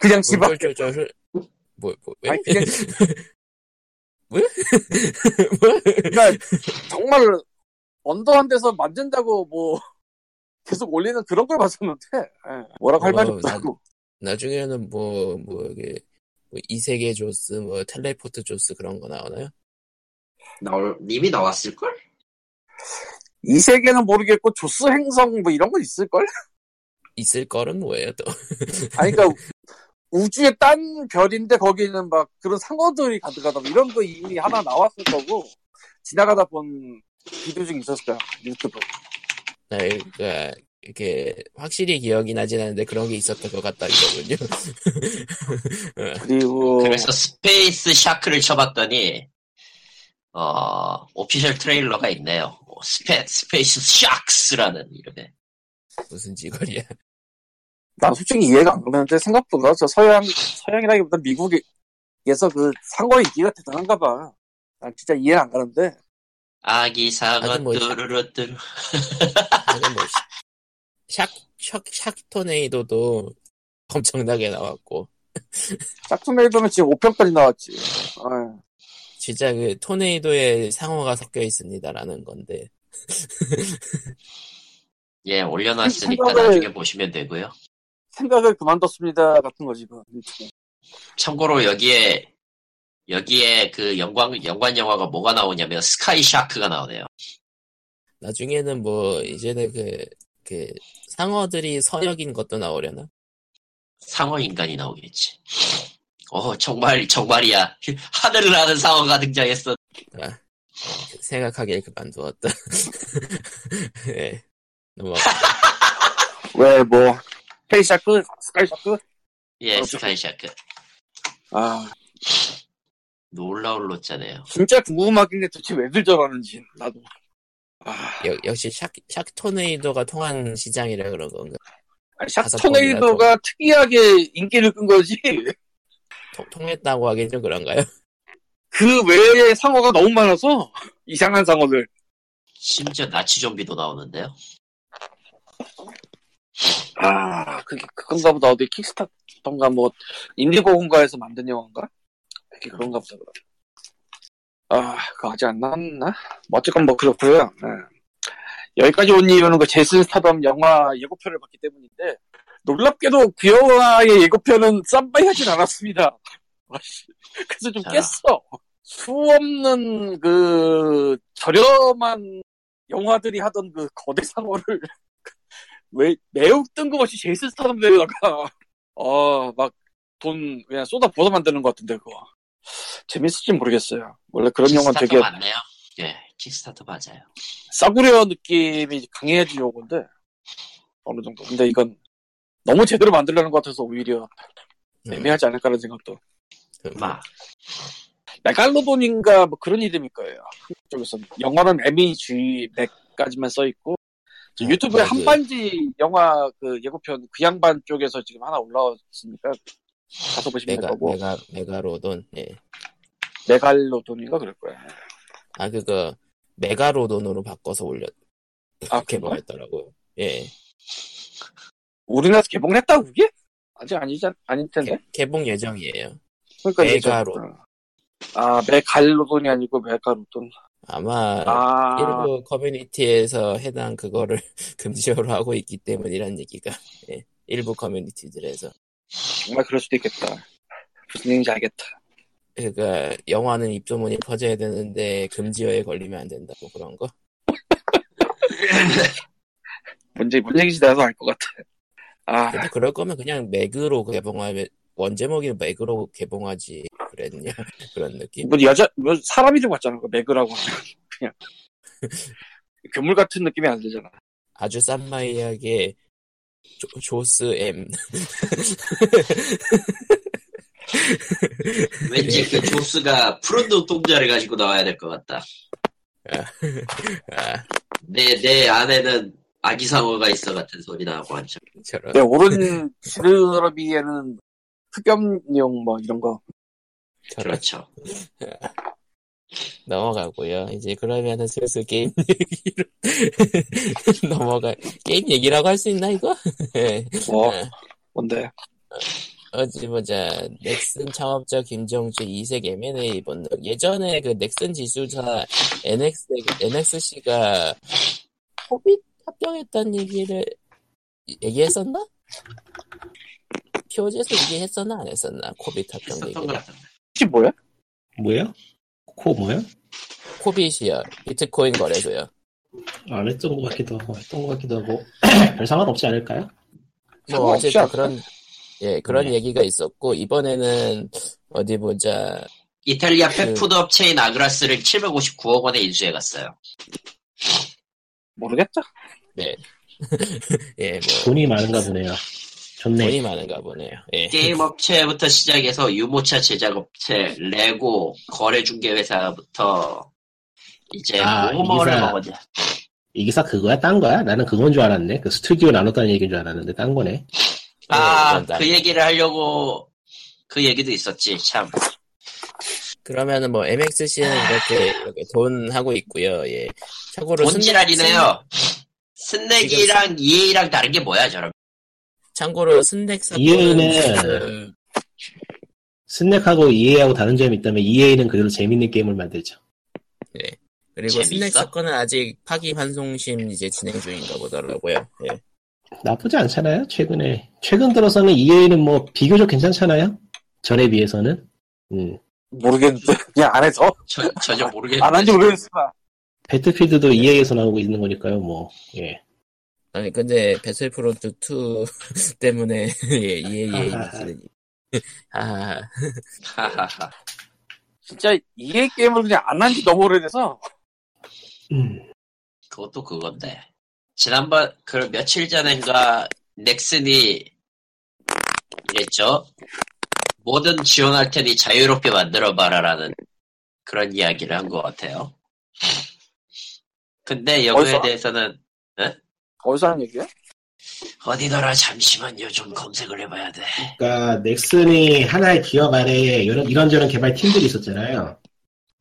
[SPEAKER 3] 그냥 집
[SPEAKER 1] 물
[SPEAKER 3] 앞.
[SPEAKER 1] 쫄쫄쫄 흘, 뭐, 뭐, 왜?
[SPEAKER 3] 아니 그냥
[SPEAKER 1] 뭐?
[SPEAKER 3] 그러니까 정말 언더한 데서 만든다고 뭐 계속 올리는 그런 걸 봤었는데 예, 뭐라고 할 말이
[SPEAKER 1] 어,
[SPEAKER 3] 없다고
[SPEAKER 1] 나중에는 뭐, 뭐, 이게, 뭐 이세계 조스, 뭐, 텔레포트 조스 그런 거 나오나요?
[SPEAKER 2] 나올, 이미 나왔을걸?
[SPEAKER 3] 이 세계는 모르겠고 조스 행성 뭐 이런 건 있을 걸
[SPEAKER 1] 있을 거는 뭐예요, 또?
[SPEAKER 3] 아니 그러니까 우주의 딴 별인데 거기는 막 그런 상어들이 가득하다 뭐 이런 거 이미 하나 나왔을 거고 지나가다 본 비디오 중에 있었을 거야 유튜브
[SPEAKER 1] 나, 그니까, 이렇게, 확실히 기억이 나진 않는데 그런 게 있었던 것 같다, 이거군요.
[SPEAKER 3] 네. 그리고
[SPEAKER 2] 그래서 스페이스 샤크를 쳐봤더니, 어, 오피셜 트레일러가 있네요. 어, 스페, 스페이스 샤크스라는 이름의.
[SPEAKER 1] 무슨 지거리야.
[SPEAKER 3] 난 솔직히 이해가 안 가는데 생각보다 저 서양 서양이라기보다 미국에서 그 상어 인기가 대단한가 봐. 난 진짜 이해가 안 가는데
[SPEAKER 2] 아기 사과
[SPEAKER 1] 아주 뭐-
[SPEAKER 2] 뚜루루뚜루.
[SPEAKER 1] 하여튼 뭐, 샥, 샥, 샥 토네이도도 엄청나게 나왔고.
[SPEAKER 3] 짝퉁메이드는 지금 5편까지 나왔지. 아,
[SPEAKER 1] 진짜 그 토네이도에 상어가 섞여 있습니다라는 건데
[SPEAKER 2] 예, 올려놨으니까
[SPEAKER 3] 생각을-
[SPEAKER 2] 나중에 보시면 되고요.
[SPEAKER 3] 생각을 그만뒀습니다 같은 거지 그.
[SPEAKER 2] 참고로 여기에, 여기에 그 연관, 연관 영화가 뭐가 나오냐면 스카이 샤크가 나오네요.
[SPEAKER 1] 나중에는 뭐 이제는 그, 그 상어들이 서역인 것도 나오려나?
[SPEAKER 2] 상어 인간이 나오겠지. 어, 정말, 정말이야. 하늘을 아는 상어가 등장했어.
[SPEAKER 1] 아, 생각하길 그만두었다. 예. 넘어.
[SPEAKER 3] 왜뭐 페이샤크 스카이샤크?
[SPEAKER 2] 예,
[SPEAKER 1] 그렇죠.
[SPEAKER 3] 어,
[SPEAKER 2] 스카이 샤크.
[SPEAKER 3] 아
[SPEAKER 2] 놀라울 로잖아요.
[SPEAKER 3] 진짜 궁금하긴 해 도대체 왜들 저러는지 나도. 아,
[SPEAKER 1] 여- 역시 샥, 샥 토네이도가 통한 시장이라 그런 건가?
[SPEAKER 3] 아니,
[SPEAKER 1] 다섯
[SPEAKER 3] 짝퉁메이드가 특이하게 인기를 끈 거지.
[SPEAKER 1] 통, 통했다고 하긴 좀 그런가요?
[SPEAKER 3] 그 외에 상어가 너무 많아서 이상한 상어들.
[SPEAKER 2] 심지어 나치 좀비도 나오는데요.
[SPEAKER 3] 아, 그게 그건가 보다. 어디 킥스타터인가 뭐 인디고공가에서 만든 영화인가? 그게 그런가 보다. 그럼. 아, 그거 아직 안 나왔나? 뭐 어쨌건 뭐 그렇고요. 예. 여기까지 온 이유는 그 제슨 스타덤 영화 예고편을 봤기 때문인데 놀랍게도 그 영화의 예고편은 쌈바이 하진 않았습니다. 아씨, 그래서 좀
[SPEAKER 2] 자.
[SPEAKER 3] 깼어. 수 없는 그 저렴한 영화들이 하던 그 거대 상어를 왜 매우 뜬금없이 제이슨 스타덤 배우다가 어, 어막돈 그냥 쏟아 부어 만드는 것 같은데 그거 재밌을지 모르겠어요. 원래 그런 영화 는
[SPEAKER 2] 킥스타터
[SPEAKER 3] 되게
[SPEAKER 2] 맞네요. 예, 킥스타터 맞아요.
[SPEAKER 3] 싸구려 느낌이 강해지려고 건데 어느 정도. 근데 이건 너무 제대로 만들려는 것 같아서 오히려 애매하지 않을까라는 생각도.
[SPEAKER 2] 막
[SPEAKER 3] 메갈로돈인가 뭐 그런 이름일 거예요. 한국 쪽에서 영어는 MEG 맥까지만 써 있고 저
[SPEAKER 1] 어,
[SPEAKER 3] 유튜브에
[SPEAKER 1] 맞아요.
[SPEAKER 3] 한반지 영화 그 예고편 그 양반 쪽에서 지금 하나 올라왔으니까 가서 보시면 될
[SPEAKER 1] 메가,
[SPEAKER 3] 거고 뭐.
[SPEAKER 1] 메가, 메가로돈. 예.
[SPEAKER 3] 메갈로돈인가 그럴 거예요.
[SPEAKER 1] 아 그거 메가로돈으로 바꿔서 올렸
[SPEAKER 3] 아, 그런가?
[SPEAKER 1] 개봉했더라고요. 예.
[SPEAKER 3] 우리나라에서 개봉을 했다고 그게? 아직 아니지 않- 아닐 텐데.
[SPEAKER 1] 개, 개봉 예정이에요.
[SPEAKER 3] 그러니까 이제
[SPEAKER 1] 메가로돈.
[SPEAKER 3] 저- 아 메갈로돈이 아니고 메갈로돈.
[SPEAKER 1] 아마
[SPEAKER 3] 아
[SPEAKER 1] 일부 커뮤니티에서 해당 그거를 금지어로 하고 있기 때문이란 얘기가 예. 일부 커뮤니티들에서
[SPEAKER 3] 정말 그럴 수도 있겠다. 무슨 얘기인지 알겠다.
[SPEAKER 1] 그러니까 영화는 입소문이 퍼져야 되는데 금지어에 걸리면 안 된다고 그런 거.
[SPEAKER 3] 문제 문제기시다서 알 것 같아. 아
[SPEAKER 1] 근데 그럴 거면 그냥 맥으로 개봉하면 원제목이 맥으로 개봉하지 그랬냐 그런 느낌.
[SPEAKER 3] 뭐 여자 뭐 사람이 좀 같잖아. 그 매그라고 하면 그냥 괴물 같은 느낌이 안 들잖아.
[SPEAKER 1] 아주 쌈마이하게 조, 조스 M
[SPEAKER 2] 왠지 그 조스가 푸른 눈동자를 가지고 나와야 될 것 같다.
[SPEAKER 1] 아,
[SPEAKER 2] 내, 내 안에는 아기상어가 있어 같은 소리 나고 한참.
[SPEAKER 1] 저런
[SPEAKER 3] 네, 오른 시르러비에는 흡염용 뭐 이런 거.
[SPEAKER 1] 저런
[SPEAKER 2] 그렇죠.
[SPEAKER 1] 넘어가고요. 이제 그러면은 슬슬 게임 얘기로 넘어가 게임 얘기라고 할 수 있나 이거? 예.
[SPEAKER 3] 뭐
[SPEAKER 1] 네.
[SPEAKER 3] 뭔데?
[SPEAKER 1] 어찌 뭐 보자 넥슨 창업자 김정주 이색 M&A 본능 예전에 그 넥슨 지주사 NX, NXC가 호빗 합병했다는 얘기를 얘기했었나? 표지에서 얘기했었나 안 했었나 코빗 합병
[SPEAKER 2] 했었던 것
[SPEAKER 1] 얘기를
[SPEAKER 2] 같은데.
[SPEAKER 3] 혹시 뭐야?
[SPEAKER 4] 뭐요? 코 뭐요?
[SPEAKER 1] 코빗이요 비트코인 거래소요
[SPEAKER 4] 안 했던 것 같기도 하고 했던 것 같기도 하고 별 상관없지 않을까요?
[SPEAKER 1] 뭐
[SPEAKER 3] 상관없지
[SPEAKER 1] 어쨌든
[SPEAKER 3] 않나?
[SPEAKER 1] 그런 예 그런
[SPEAKER 4] 네.
[SPEAKER 1] 얘기가 있었고 이번에는 어디 보자
[SPEAKER 2] 이탈리아
[SPEAKER 1] 그-
[SPEAKER 2] 펫푸드 업체인 아그라스를 759억 원에 인수해 갔어요.
[SPEAKER 3] 모르겠다.
[SPEAKER 1] 예뭐
[SPEAKER 4] 돈이 많은가 보네요. 좋네.
[SPEAKER 1] 돈이 많은가 보네요 예
[SPEAKER 2] 게임 업체부터 시작해서 유모차 제작 업체, 레고, 거래 중개 회사부터 이제
[SPEAKER 4] 아,
[SPEAKER 2] 모모를
[SPEAKER 4] 이사-
[SPEAKER 2] 먹었냐.
[SPEAKER 4] 이 기사 그거야? 딴 거야? 나는 그건 줄 알았네. 그 스튜디오 나눴다는 얘기인 줄 알았는데 딴 거네.
[SPEAKER 1] 예,
[SPEAKER 2] 아,
[SPEAKER 1] 이건 다-
[SPEAKER 2] 그 얘기를 하려고 그 얘기도 있었지. 참.
[SPEAKER 1] 그러면은 뭐 MXC는 이렇게, 이렇게 돈 하고 있고요. 예. 참고로
[SPEAKER 2] 본질아리네요 스낵이랑 이에이랑 다른 게 뭐야, 저럼?
[SPEAKER 1] 참고로 스낵 사건
[SPEAKER 4] 이유는-
[SPEAKER 1] 그,
[SPEAKER 4] 스낵하고 EA하고 다른 점이 있다면 EA는 그래도 재밌는 게임을 만들죠.
[SPEAKER 1] 그리고
[SPEAKER 2] 재밌어?
[SPEAKER 1] 스낵 사건은 아직 파기 환송심 이제 진행 중인가 보더라고요. 예.
[SPEAKER 4] 나쁘지 않잖아요. 최근에 최근 들어서는 EA는 뭐 비교적 괜찮잖아요. 전에 비해서는 음.
[SPEAKER 3] 모르겠는데 그냥 안 해서
[SPEAKER 2] 저, 전혀 모르겠는데.
[SPEAKER 3] 안 한 지 오래됐어.
[SPEAKER 4] 배틀필드도 EA에서 나오고 있는 거니까요. 뭐 예.
[SPEAKER 1] 아니 근데 배틀프론트 2 때문에 예, 예, 예. 아,
[SPEAKER 2] 하하하.
[SPEAKER 3] 진짜 EA 게임을 그냥 안 한 지 너무 오래돼서
[SPEAKER 4] 음.
[SPEAKER 2] 그것도 그건데. 지난번, 그 며칠 전인가, 넥슨이 이랬죠? 뭐든 지원할 테니 자유롭게 만들어봐라라는 그런 이야기를 한 것 같아요. 근데 여기에
[SPEAKER 3] 어디서?
[SPEAKER 2] 대해서는
[SPEAKER 3] 어디서 하는 얘기야?
[SPEAKER 2] 어디더라 잠시만요 좀 검색을 해봐야 돼.
[SPEAKER 4] 그러니까 넥슨이 하나의 기업 아래에 이런, 이런저런 개발 팀들이 있었잖아요.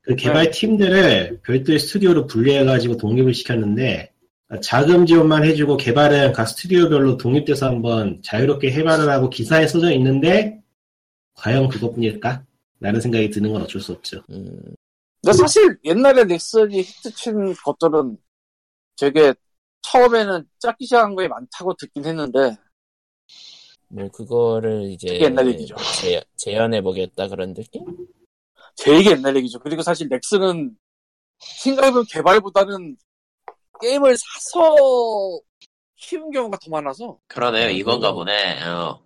[SPEAKER 4] 그
[SPEAKER 3] 네.
[SPEAKER 4] 개발 팀들을 별도의 스튜디오로 분리해가지고 독립을 시켰는데 자금 지원만 해주고 개발은 각 스튜디오별로 독립돼서 한번 자유롭게 해발을 하고 기사에 써져 있는데 과연 그것뿐일까? 라는 생각이 드는 건 어쩔 수 없죠.
[SPEAKER 1] 음,
[SPEAKER 3] 근데 사실 옛날에 넥슨이 히트친 것들은 되게 처음에는 짜기 시작한 거에 많다고 듣긴 했는데
[SPEAKER 1] 뭐 그거를 이제
[SPEAKER 3] 그게 옛날 얘기죠.
[SPEAKER 1] 재현해 보겠다 그런 느낌?
[SPEAKER 3] 되게 옛날 얘기죠. 그리고 사실 넥슨은 생각해보면 개발보다는 게임을 사서 키운 경우가 더 많아서
[SPEAKER 2] 그러네요. 이건가 보네. 어.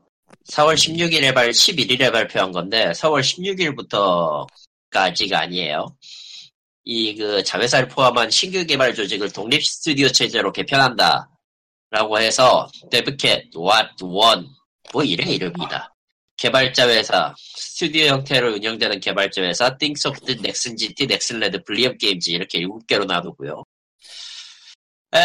[SPEAKER 2] 4월 16일에 발, 11일에 발표한 건데, 4월 16일부터까지가 아니에요. 이, 그, 자회사를 포함한 신규 개발 조직을 독립 스튜디오 체제로 개편한다. 라고 해서, 데브캣, 왓, 원, 뭐 이래, 이름이다. 개발자 회사, 스튜디오 형태로 운영되는 개발자 회사, 띵소프트, 넥슨 GT, 넥슨 레드, 블리엄 게임즈, 이렇게 7개로 나누고요. 에,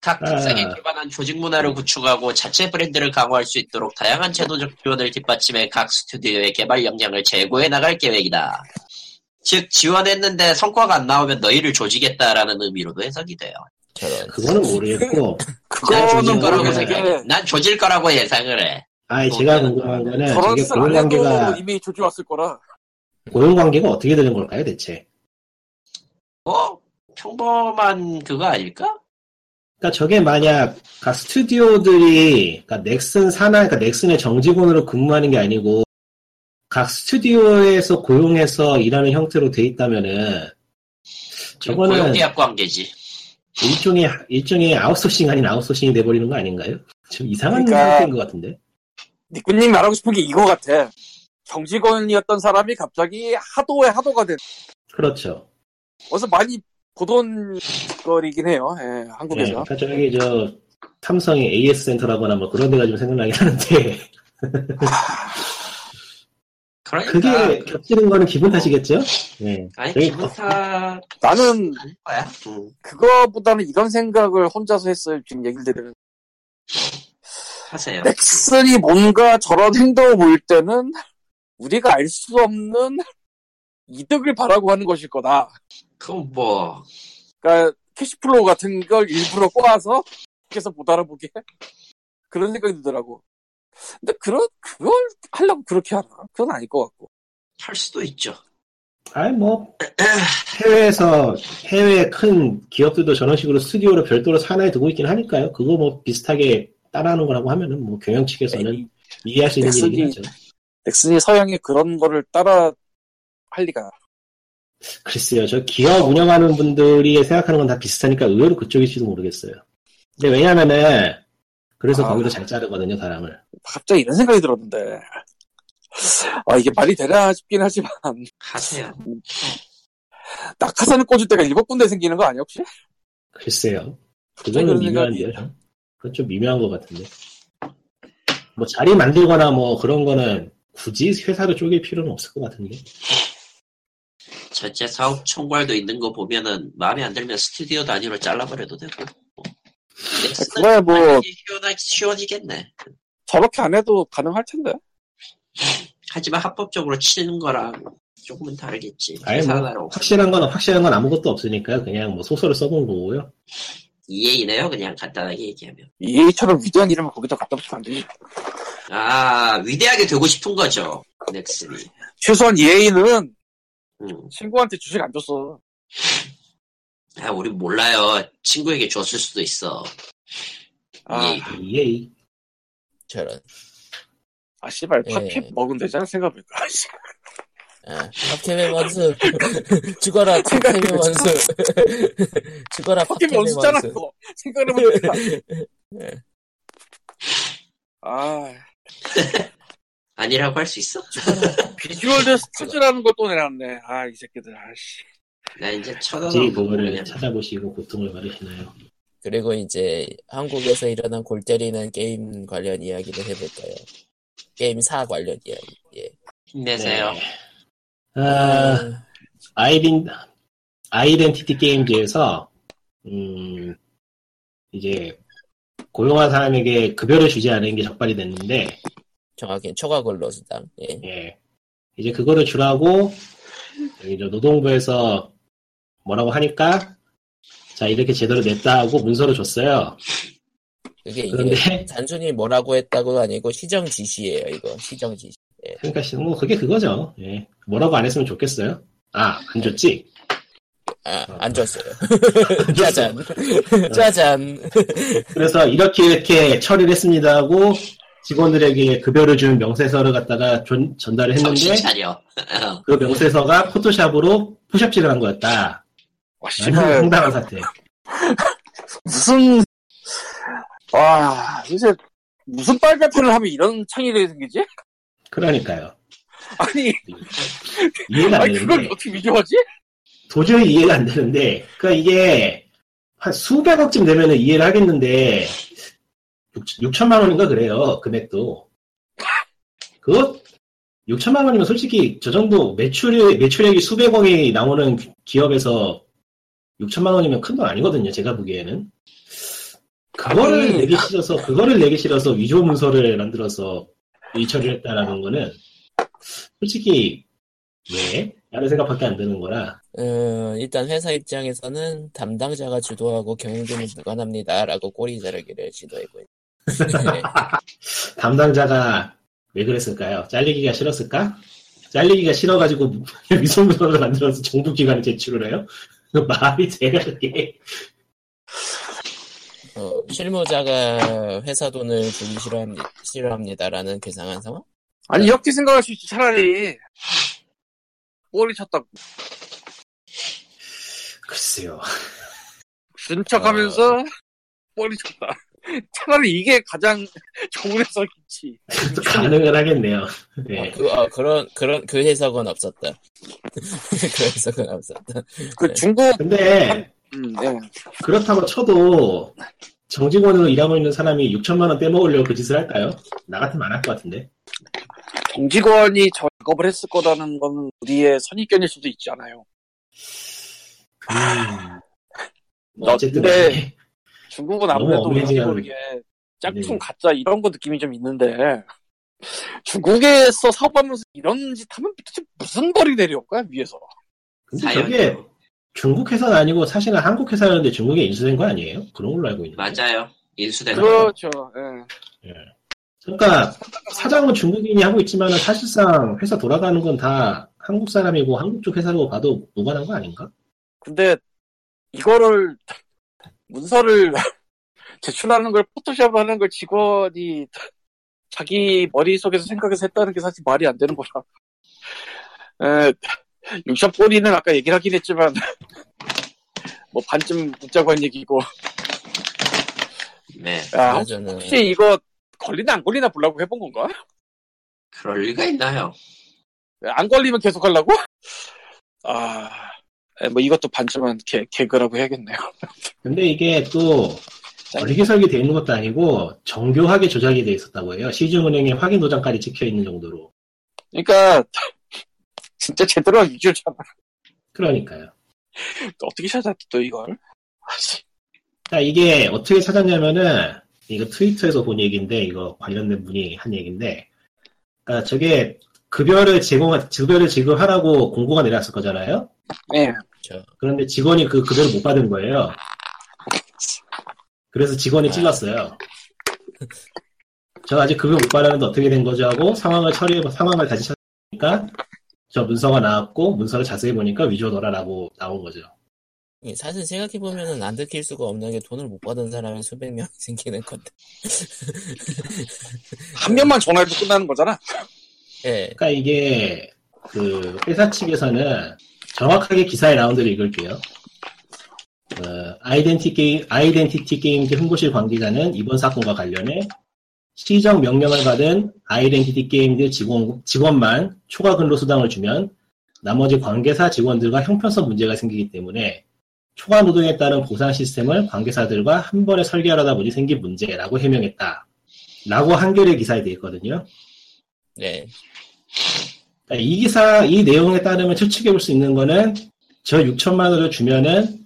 [SPEAKER 2] 각 특성에
[SPEAKER 4] 아.
[SPEAKER 2] 기반한 조직 문화를 구축하고 자체 브랜드를 강화할 수 있도록 다양한 제도적 지원을 뒷받침해 각 스튜디오의 개발 역량을 제고해 나갈 계획이다. 즉 지원했는데 성과가 안 나오면 너희를 조지겠다라는 의미로도 해석이 돼요.
[SPEAKER 1] 저런.
[SPEAKER 4] 그거는 모르겠고
[SPEAKER 2] 난 조질
[SPEAKER 3] 그거는
[SPEAKER 2] 거라고
[SPEAKER 4] 모르겠네.
[SPEAKER 2] 생각해.
[SPEAKER 3] 모르겠는데
[SPEAKER 2] 난 조질 거라고 예상을 해.
[SPEAKER 4] 아 제가 궁금한 거는
[SPEAKER 3] 저런
[SPEAKER 4] 네, 저게
[SPEAKER 3] 스 안해도
[SPEAKER 4] 고용관계가
[SPEAKER 3] 이미 조져왔을 거라
[SPEAKER 4] 고용관계가 어떻게 되는 걸까요 대체?
[SPEAKER 2] 어? 평범한 그거 아닐까?
[SPEAKER 4] 그러니까 저게 만약 각 그러니까 스튜디오들이 그러니까 넥슨 산하 그러니까 넥슨의 정직원으로 근무하는 게 아니고 각 스튜디오에서 고용해서 일하는 형태로 돼 있다면은 저거는-
[SPEAKER 2] 그 고용계약 관계지.
[SPEAKER 4] 일종의 일종의 아웃소싱 아닌 아웃소싱이 돼버리는 거 아닌가요? 좀 이상한
[SPEAKER 3] 그러니까-
[SPEAKER 4] 상태인 것 같은데.
[SPEAKER 3] 니꾸님 그 말하고 싶은 게 이거 같아. 정직원이었던 사람이 갑자기 하도에 하도가 된.
[SPEAKER 4] 그렇죠.
[SPEAKER 3] 어서 많이 보던 거리긴 해요. 예,
[SPEAKER 4] 네,
[SPEAKER 3] 한국에서.
[SPEAKER 4] 그러니까 저기 저 삼성의 AS 센터라거나 뭐 그런 데가 좀 생각나긴 하는데
[SPEAKER 2] 그러니까
[SPEAKER 4] 그게 겹치는 거는 기분 탓이겠죠? 네.
[SPEAKER 2] 아니
[SPEAKER 4] 저기
[SPEAKER 2] 기분
[SPEAKER 4] 거-
[SPEAKER 2] 탓
[SPEAKER 3] 나는
[SPEAKER 2] 아닐 거야. 음.
[SPEAKER 3] 그거보다는 이런 생각을 혼자서 했어요. 지금 얘기를 들으면.
[SPEAKER 2] 하세요.
[SPEAKER 3] 넥슨이 뭔가 저런 행동을 보일 때는 우리가 알 수 없는 이득을 바라고 하는 것일 거다.
[SPEAKER 2] 그건 뭐
[SPEAKER 3] 그러니까 캐시플로우 같은 걸 일부러 꼬아서 계서 못 알아보게 그런 생각이 들더라고. 근데 그런 그걸 하려고 그렇게 하나? 그건 아닐 것 같고.
[SPEAKER 2] 할 수도 있죠.
[SPEAKER 4] 아니 뭐 해외에서 해외 큰 기업들도 저런 식으로 스튜디오를 별도로 산하에 두고 있긴 하니까요. 그거 뭐 비슷하게 따라하는 거라고 하면은 뭐 경영 측에서는 이해할 수 있는
[SPEAKER 3] 넥슨이-
[SPEAKER 4] 일이긴 하죠.
[SPEAKER 3] 넥슨이 서양의 그런 거를 따라 할 리가.
[SPEAKER 4] 글쎄요, 저 기업 운영하는 분들이 생각하는 건 다 비슷하니까 의외로 그쪽일지도 모르겠어요. 근데 왜냐면은, 그래서
[SPEAKER 3] 아.
[SPEAKER 4] 거기도 잘 자르거든요, 사람을.
[SPEAKER 3] 갑자기 이런 생각이 들었는데. 아 이게 말이 되나 싶긴 하지만
[SPEAKER 2] 하세요.
[SPEAKER 3] 낙하산을 꽂을 때가 일곱 군데 생기는 거 아니야 혹시?
[SPEAKER 4] 글쎄요.
[SPEAKER 3] 갑자기
[SPEAKER 4] 그거는
[SPEAKER 3] 그런
[SPEAKER 4] 미묘한데요. 좀. 그건 좀 미묘한 것 같은데. 뭐 자리 만들거나 뭐 그런 거는 굳이 회사를 쪼갤 필요는 없을 것 같은데.
[SPEAKER 2] 전체 사업 총괄도 있는 거 보면은 마음에 안 들면 스튜디오 단위로 잘라버려도 되고. 뭐. 넥슨은
[SPEAKER 3] 그래 뭐
[SPEAKER 2] 시원하, 시원이겠네.
[SPEAKER 3] 저렇게 안 해도 가능할 텐데.
[SPEAKER 2] 하지만 합법적으로 치는 거랑 조금은 다르겠지.
[SPEAKER 4] 아니,
[SPEAKER 2] 회사
[SPEAKER 4] 뭐
[SPEAKER 2] 하나로
[SPEAKER 4] 확실한 건, 확실한 건 아무것도 없으니까 그냥 뭐 소설을 써본 거고요.
[SPEAKER 2] 이해이네요. 그냥 간단하게 얘기하면.
[SPEAKER 3] EA처럼 E 위대한 이름을 거기다 갖다 붙이면 안 되지.
[SPEAKER 2] 아 위대하게 되고 싶은 거죠. 넥슨이.
[SPEAKER 3] 최소한 EA는
[SPEAKER 2] 음.
[SPEAKER 3] 친구한테 주식 안 줬어.
[SPEAKER 2] 아 우리 몰라요. 친구에게 줬을 수도 있어.
[SPEAKER 3] 아.
[SPEAKER 2] 예.
[SPEAKER 4] 예이.
[SPEAKER 1] 저런.
[SPEAKER 3] 아, 씨발,
[SPEAKER 1] 예.
[SPEAKER 3] 팝 먹으면 되잖아, 생각해보니까.
[SPEAKER 1] 아, 팝캠의 원수. 죽어라, 팝캠의 원수. 죽어라,
[SPEAKER 3] 팝캠
[SPEAKER 1] 팝캠의
[SPEAKER 3] 원수잖아,
[SPEAKER 1] 원수.
[SPEAKER 3] 그거. 생각해보니까. 아,
[SPEAKER 2] 아니라고 할 수 있어?
[SPEAKER 3] 비주얼드 스튜즈라는 것도 내놨네. 아, 이 새끼들, 아씨.
[SPEAKER 2] 나 이제
[SPEAKER 4] 제
[SPEAKER 2] 천원을
[SPEAKER 4] 부분을 찾아보시고 고통을 받으시나요?
[SPEAKER 1] 그리고 이제 한국에서 일어난 골 때리는 게임 관련 이야기를 해볼까요? 게임사 관련 이야기. 예.
[SPEAKER 2] 힘내세요.
[SPEAKER 4] 네. 아, 아이덴, 아이덴티티 게임즈에서, 음, 이제, 고용한 사람에게 급여를 주지 않은 게 적발이 됐는데,
[SPEAKER 1] 정확히는 초과 근로수당. 예.
[SPEAKER 4] 예. 이제 그거를 주라고, 여기 저 노동부에서 뭐라고 하니까, 자, 이렇게 제대로 냈다 하고 문서를 줬어요.
[SPEAKER 1] 그게 이게
[SPEAKER 4] 그런데,
[SPEAKER 1] 단순히 뭐라고 했다고 아니고 시정 지시예요. 이거 시정 지시.
[SPEAKER 4] 그러니까, 뭐, 그게 그거죠. 예. 뭐라고 안 했으면 좋겠어요. 아, 안 줬지?
[SPEAKER 1] 아, 안 줬어요. 짜잔. 짜잔.
[SPEAKER 4] 그래서 이렇게 이렇게 처리를 했습니다 하고 직원들에게 급여를 준 명세서를 갖다가 전, 달을
[SPEAKER 2] 정신
[SPEAKER 3] 아,
[SPEAKER 4] 했는데
[SPEAKER 2] 차려.
[SPEAKER 4] 그 명세서가 포토샵으로 포샵질을 한 거였다.
[SPEAKER 3] 와,
[SPEAKER 4] 아주
[SPEAKER 3] 씨발.
[SPEAKER 4] 황당한 사태.
[SPEAKER 3] 무슨, 와, 진짜, 무슨 빨간펜을 하면 이런 창의력이 생기지?
[SPEAKER 4] 그러니까요.
[SPEAKER 3] 아니,
[SPEAKER 4] 이해가 안
[SPEAKER 3] 아니 그걸
[SPEAKER 4] 되는데
[SPEAKER 3] 어떻게 비교하지?
[SPEAKER 4] 도저히 이해가 안 되는데 그러니까 이게 한 수백억쯤 되면은 이해를 하겠는데 6, 천만 원인가 그래요 금액도 그거 6천만 원이면 솔직히 저 정도 매출이 매출액이 수백억이 나오는 기업에서 6천만 원이면 큰 돈 아니거든요 제가 보기에는 그거를
[SPEAKER 3] 아니.
[SPEAKER 4] 내기 싫어서 그거를 내기 싫어서 위조 문서를 만들어서 일처리를 했다라는 거는 솔직히 왜? 라는 생각밖에 안 드는 거라
[SPEAKER 1] 어, 일단 회사 입장에서는 담당자가 주도하고 경영진은 무관합니다라고 꼬리 자르기를 시도하고 네. 있는.
[SPEAKER 4] 담당자가 왜 그랬을까요? 잘리기가 싫었을까? 잘리기가 싫어가지고 위성문서를 만들어서 정부기관에 제출을 해요? 말이 돼요 그게?
[SPEAKER 1] 어, 실무자가 회사 돈을 주기 싫어합니, 싫어합니다라는 괴상한 상황?
[SPEAKER 3] 아니 이렇게 생각할 수 있지 차라리 꼬리 쳤다고
[SPEAKER 4] 글쎄요.
[SPEAKER 3] 준 척하면서 꼬리 쳤다. 차라리 이게 가장 좋은 해석이지.
[SPEAKER 4] 또 가능은 하겠네요. 네.
[SPEAKER 1] 그, 어, 그런 그런 그 해석은 없었다. 그 해석은 없었다.
[SPEAKER 3] 그 중국
[SPEAKER 4] 근데
[SPEAKER 3] 음, 네.
[SPEAKER 4] 그렇다고 쳐도 정직원으로 일하고 있는 사람이 6천만 원 떼먹으려고 그 짓을 할까요? 나 같으면 안 할 것 같은데.
[SPEAKER 3] 정직원이 저 작업을 했을 거라는 건 우리의 선입견일 수도 있지 않아요.
[SPEAKER 2] 음. 뭐,
[SPEAKER 3] 나
[SPEAKER 4] 어쨌든
[SPEAKER 3] 근데
[SPEAKER 4] 간에
[SPEAKER 3] 중국은
[SPEAKER 4] 너무
[SPEAKER 3] 아무래도
[SPEAKER 4] 어메이징한-
[SPEAKER 3] 모르게 뭐 짝퉁
[SPEAKER 4] 네.
[SPEAKER 3] 가짜 이런 거 느낌이 좀 있는데 중국에서 사업하면서 이런 짓 하면 도대체 무슨 벌이 내려올 거야 위에서
[SPEAKER 4] 근데 저게
[SPEAKER 2] 사연
[SPEAKER 4] 중국 회사는 아니고 사실은 한국 회사였는데 중국에 인수된 거 아니에요? 그런 걸로 알고 있는데.
[SPEAKER 2] 맞아요. 인수된 거.
[SPEAKER 3] 그렇죠 예.
[SPEAKER 4] 그러니까 사장은 중국인이 하고 있지만 사실상 회사 돌아가는 건 다 한국 사람이고 한국 쪽 회사로 봐도 무관한 거 아닌가?
[SPEAKER 3] 근데 이거를 문서를 제출하는 걸 포토샵 하는 걸 직원이 자기 머릿속에서 생각해서 했다는 게 사실 말이 안 되는 거라 에, 6천 꼬리는 아까 얘기를 하긴 했지만 뭐 반쯤 웃자고 한 얘기고
[SPEAKER 2] 네.
[SPEAKER 3] 야,
[SPEAKER 1] 저는
[SPEAKER 3] 아, 혹시 이거 걸리나 안 걸리나 보려고 해본 건가?
[SPEAKER 2] 그럴 리가 있나요?
[SPEAKER 3] 안 걸리면 계속 하려고? 아, 에, 뭐 이것도 반쯤은 개, 개그라고 해야겠네요.
[SPEAKER 4] 근데 이게 또 어리게 설계 돼 있는 것도 아니고 정교하게 조작이 돼 있었다고 해요. 시중은행의 확인 도장까지 찍혀 있는 정도로.
[SPEAKER 3] 그러니까 진짜 제대로 한 위주잖아.
[SPEAKER 4] 그러니까요.
[SPEAKER 3] 또 어떻게 찾았지 또 이걸? 아씨,
[SPEAKER 4] 자, 이게 어떻게 찾았냐면은, 이거 트위터에서 본 얘기인데, 이거 관련된 분이 한 얘기인데, 그러니까 저게 급여를 제공, 급여를 지급하라고 공고가 내렸을 거잖아요?
[SPEAKER 3] 예.
[SPEAKER 1] 저
[SPEAKER 4] 그런데 직원이 그 급여를 못 받은 거예요. 그래서 직원이 찔렀어요. 저 아직 급여 못 받았는데 어떻게 된 거죠? 하고 상황을 처리해, 상황을 다시 찾으니까, 저 문서가 나왔고, 문서를 자세히 보니까 위조더라라고 나온 거죠.
[SPEAKER 1] 예, 사실 생각해 보면은 안 들킬 수가 없는 게 돈을 못 받은 사람이 수백 명 생기는 건데.
[SPEAKER 3] 한 명만 전화해도 끝나는 거잖아.
[SPEAKER 1] 예,
[SPEAKER 4] 그러니까 이게 그 회사 측에서는 정확하게 기사의 라운드를 읽을게요. 어, 아이덴티 게임, 아이덴티티 게임즈 홍보실 관계자는 이번 사건과 관련해 시정 명령을 받은 아이덴티티 게임즈 직원, 직원만 초과 근로 수당을 주면 나머지 관계사 직원들과 형편성 문제가 생기기 때문에 초과 노동에 따른 보상 시스템을 관계사들과 한 번에 설계하려다 보니 생긴 문제라고 해명했다. 라고 한겨레 기사에 되어 있거든요.
[SPEAKER 1] 네.
[SPEAKER 4] 네, 이 기사, 이 내용에 따르면 추측해 볼 수 있는 거는 저 6천만 원을 주면은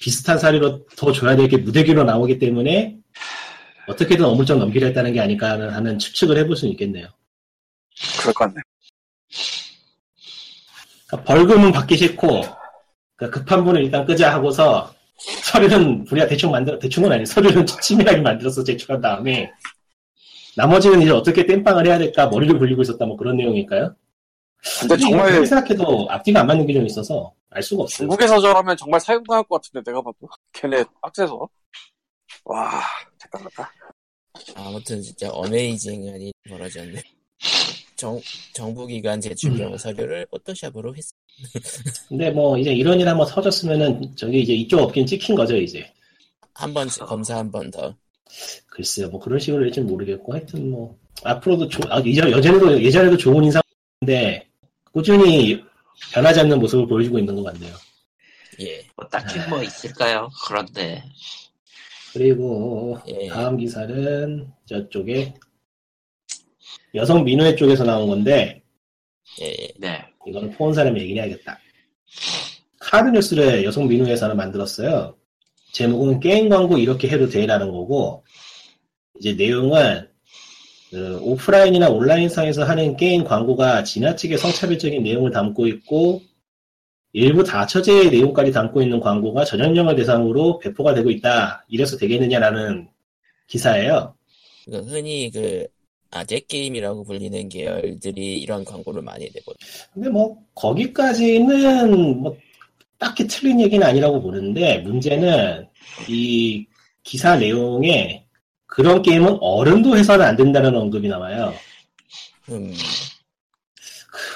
[SPEAKER 4] 비슷한 사례로 더 줘야 될 게 무대기로 나오기 때문에 어떻게든 어물쩍 넘기려 했다는 게 아닐까 하는, 하는 추측을 해볼 수 있겠네요.
[SPEAKER 3] 그럴 것 같네.
[SPEAKER 4] 그러니까 벌금은 받기 싫고 그러니까 급한 분은 일단 끄자 하고서 서류는 우리가 대충 만들어 대충은 아니 서류는 치밀하게 만들어서 제출한 다음에 나머지는 이제 어떻게 땜빵을 해야 될까 머리를 굴리고 있었다 뭐 그런 내용일까요?
[SPEAKER 3] 근데 정말
[SPEAKER 4] 생각해도 앞뒤가 안 맞는 게 좀 있어서 알 수가 없어요.
[SPEAKER 3] 중국에서 저라면 정말 사용당할 것 같은데 내가 봐도 걔네 빡세서 와 대단하다.
[SPEAKER 1] 아무튼 진짜 어메이징한 일이 벌어졌네. 정, 정부기관 제출용 서류를 포토샵으로 했,
[SPEAKER 4] 근데 뭐 이제 이런 일 한번 터졌으면은 저기 이제 이쪽 업계는 찍힌 거죠 이제
[SPEAKER 1] 한번 검사 한 번 더.
[SPEAKER 4] 글쎄요 뭐 그런 식으로 될지 모르겠고 하여튼 뭐 앞으로도 조, 아, 예전, 예전에도 예전에도 좋은 인상인데 꾸준히 변하지 않는 모습을 보여주고 있는 것 같네요
[SPEAKER 1] 예,
[SPEAKER 2] 뭐 딱히
[SPEAKER 4] 아.
[SPEAKER 2] 뭐 있을까요? 그런데
[SPEAKER 4] 그리고
[SPEAKER 1] 예.
[SPEAKER 4] 다음 기사는 저쪽에 여성 민우회 쪽에서 나온 건데
[SPEAKER 1] 예,
[SPEAKER 2] 네.
[SPEAKER 4] 이거는 포온 사람 얘기를 해야겠다 카드 뉴스를 여성 민우회에서는 만들었어요 제목은 게임 광고 이렇게 해도 돼라는 거고 이제 내용은 그 오프라인이나 온라인상에서 하는 게임 광고가 지나치게 성차별적인 내용을 담고 있고 일부 다처제의 내용까지 담고 있는 광고가 전형령을 대상으로 배포가 되고 있다 이래서 되겠느냐라는 기사예요
[SPEAKER 1] 그 흔히 그 아재 게임이라고 불리는 계열들이 이런 광고를 많이 내고
[SPEAKER 4] 근데 뭐 거기까지는 뭐 딱히 틀린 얘기는 아니라고 보는데 문제는 이 기사 내용에 그런 게임은 어른도 해서는 안 된다는 언급이 나와요.
[SPEAKER 5] 음,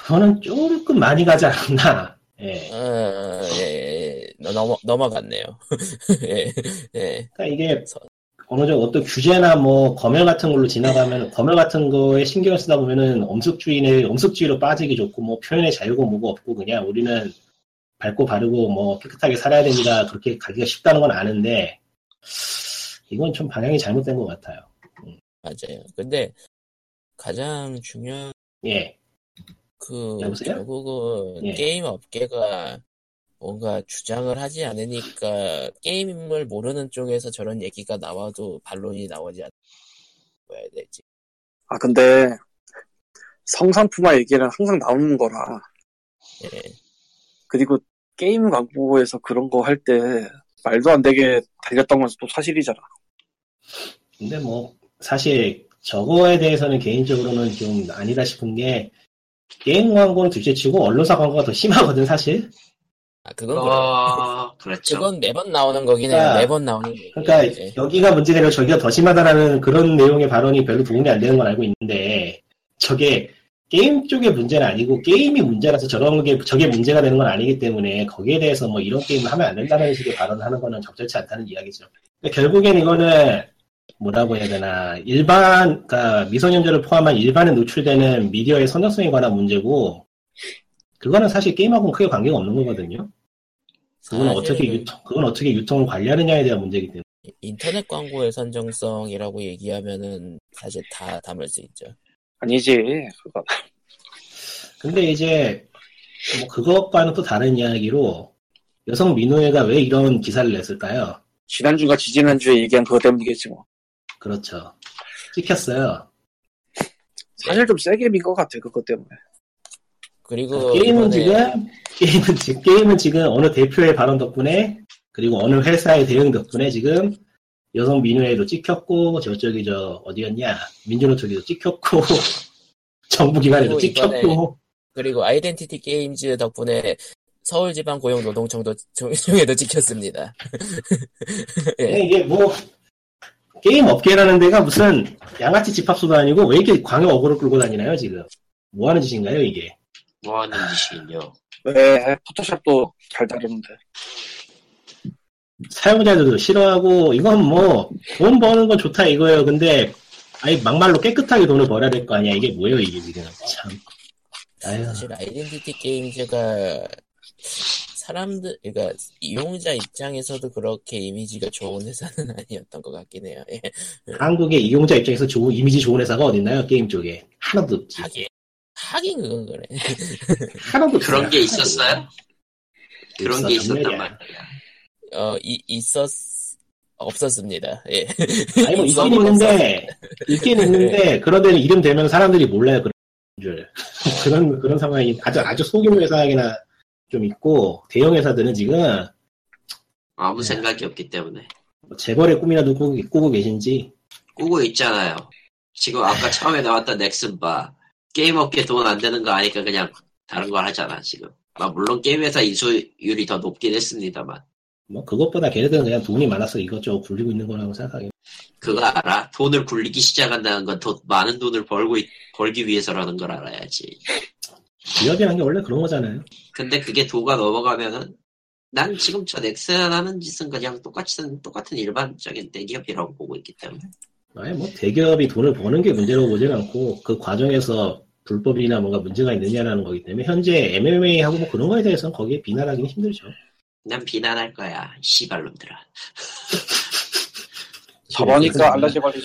[SPEAKER 4] 그거는 조금 많이 가지 않았나. 예.
[SPEAKER 1] 아, 예, 예. 넘어, 넘어갔네요. 예, 예.
[SPEAKER 4] 그러니까 이게
[SPEAKER 1] 서-
[SPEAKER 4] 어느 정도 어떤 규제나 뭐 검열 같은 걸로 지나가면 검열 같은 거에 신경 을 쓰다 보면은 엄숙주의의 엄숙주의로 빠지기 좋고 뭐 표현의 자유고 뭐고 없고 그냥 우리는 밝고 바르고 뭐 깨끗하게 살아야 됩니다 그렇게 가기가 쉽다는 건 아는데 이건 좀 방향이 잘못된 것 같아요.
[SPEAKER 1] 맞아요. 근데 가장 중요한
[SPEAKER 4] 예,
[SPEAKER 1] 그
[SPEAKER 4] 여보세요?
[SPEAKER 1] 결국은
[SPEAKER 4] 예.
[SPEAKER 1] 게임 업계가 뭔가 주장을 하지 않으니까 게임을 모르는 쪽에서 저런 얘기가 나와도 반론이 나오지 않아야 되지.
[SPEAKER 3] 아, 근데 성상품화 얘기는 항상 나오는 거라.
[SPEAKER 1] 예.
[SPEAKER 3] 그리고 게임 광고에서 그런 거 할 때 말도 안 되게 달렸던 건 또 사실이잖아.
[SPEAKER 4] 근데 뭐 사실 저거에 대해서는 개인적으로는 좀 아니다 싶은 게 게임 광고는 둘째치고 언론사 광고가 더 심하거든 사실.
[SPEAKER 1] 아 그건 그래요.
[SPEAKER 2] 어, 그렇죠.
[SPEAKER 1] 그건 매번 나오는 거긴 해요.
[SPEAKER 4] 그러니까-
[SPEAKER 1] 매번 나오는 얘기.
[SPEAKER 4] 그러니까
[SPEAKER 1] 예.
[SPEAKER 4] 여기가 문제가 아니라 저기가 더 심하다라는 그런 내용의 발언이 별로 도움이 안 되는 건 알고 있는데 저게 게임 쪽의 문제는 아니고 게임이 문제라서 저런 게 저게 문제가 되는 건 아니기 때문에 거기에 대해서 뭐 이런 게임을 하면 안 된다는 식의 발언하는 거는 적절치 않다는 이야기죠. 그러니까 결국엔 이거는 뭐라고 해야 되나 일반 그러니까 미성년자를 포함한 일반에 노출되는 미디어의 선정성에 관한 문제고 그거는 사실 게임하고는 크게 관계가 없는 거거든요.
[SPEAKER 1] 아,
[SPEAKER 4] 그건 어떻게
[SPEAKER 1] 사실은
[SPEAKER 4] 유통 그건 어떻게 유통을 관리하느냐에 대한 문제이기 때문에.
[SPEAKER 1] 인터넷 광고의 선정성이라고 얘기하면은 사실 다 담을 수 있죠.
[SPEAKER 3] 아니지. 그거.
[SPEAKER 4] 근데 이제 뭐 그것과는 또 다른 이야기로 여성 민호회가 왜 이런 기사를 냈을까요?
[SPEAKER 3] 지난주가 지지난주에 얘기한 그거 때문이겠지 뭐.
[SPEAKER 4] 그렇죠. 찍혔어요.
[SPEAKER 3] 사실 좀 세게 민 것 같아, 그것 때문에.
[SPEAKER 1] 그리고
[SPEAKER 4] 아, 게임은
[SPEAKER 1] 어, 이번에-
[SPEAKER 4] 지금 게임은 지금 게임은 지금 어느 대표의 발언 덕분에 그리고 어느 회사의 대응 덕분에 지금 여성 민호회도 찍혔고 저쪽이 저 어디였냐 민주노 쪽에도 찍혔고 정부 기관에도
[SPEAKER 1] 그리고 이번에-
[SPEAKER 4] 찍혔고
[SPEAKER 1] 그리고 아이덴티티 게임즈 덕분에 서울지방고용노동청도 중에도 찍혔습니다. 예.
[SPEAKER 4] 네, 이게 뭐 게임 업계라는 데가 무슨 양아치 집합소도 아니고 왜 이렇게 광역 어그로 끌고 다니나요 지금? 뭐 하는 짓인가요 이게?
[SPEAKER 2] 뭐 하는 짓이군요.
[SPEAKER 3] 네. 왜 포토샵도 잘 다루는데.
[SPEAKER 4] 사용자들도 싫어하고 이건 뭐 돈 버는 건 좋다 이거예요. 근데 아니 막말로 깨끗하게 돈을 벌어야 될 거 아니야 이게 뭐예요 이게 지금 참. 아유
[SPEAKER 1] 사실 아이덴티티 게임즈가 사람들, 그러니까 이용자 입장에서도 그렇게 이미지가 좋은 회사는 아니었던 것 같긴 해요. 예.
[SPEAKER 4] 한국의 이용자 입장에서 좋은 이미지 좋은 회사가 어딨나요 게임 쪽에 하나도 없지
[SPEAKER 1] 하긴, 하긴 그건 그래.
[SPEAKER 4] 하나도 없어요.
[SPEAKER 2] 그런 게 있었어요? 그런
[SPEAKER 4] 있어,
[SPEAKER 2] 게 있었단
[SPEAKER 4] 정렬이야.
[SPEAKER 2] 말이야.
[SPEAKER 1] 어, 이, 있었, 없었습니다. 예.
[SPEAKER 4] 아니 뭐 있긴
[SPEAKER 1] 있었고
[SPEAKER 4] 있는데 있긴 있는데 그런데는 이름 되면 사람들이 몰라요 그런 줄 그런 그런 상황이 아주 아주 소규모 회사이나 좀 있고 대형 회사들은 지금
[SPEAKER 2] 아무
[SPEAKER 4] 네.
[SPEAKER 2] 생각이 없기 때문에.
[SPEAKER 4] 뭐 재벌의 꿈이라도 꾸고, 꾸고 계신지
[SPEAKER 2] 꾸고 있잖아요. 지금 아까 처음에 나왔던 넥슨바. 게임 업계 돈 안 되는 거 아니까 그냥 다른 걸 하잖아, 지금. 아, 물론 게임회사 인수율이 더 높긴 했습니다만.
[SPEAKER 4] 뭐 그것보다 걔네들은 그냥 돈이 많아서 이것저것 굴리고 있는 거라고 생각하기
[SPEAKER 2] 그거 알아? 돈을 굴리기 시작한다는 건 더 많은 돈을 벌고 있- 벌기 위해서라는 걸 알아야지.
[SPEAKER 4] 기업이라는 게 원래 그런 거잖아요
[SPEAKER 2] 근데 그게 도가 넘어가면은 난 지금 저 넥슨 하는 짓은 그냥 똑같은 똑같은 일반적인 대기업이라고 보고 있기 때문에
[SPEAKER 4] 아예 뭐 대기업이 돈을 버는 게 문제라고 보진 않고 그 과정에서 불법이나 뭔가 문제가 있느냐라는 거기 때문에 현재 MMA하고 뭐 그런 거에 대해서는 거기에 비난하기는 힘들죠
[SPEAKER 2] 난 비난할 거야 씨발놈들아.
[SPEAKER 3] 저러니까 알라지 관리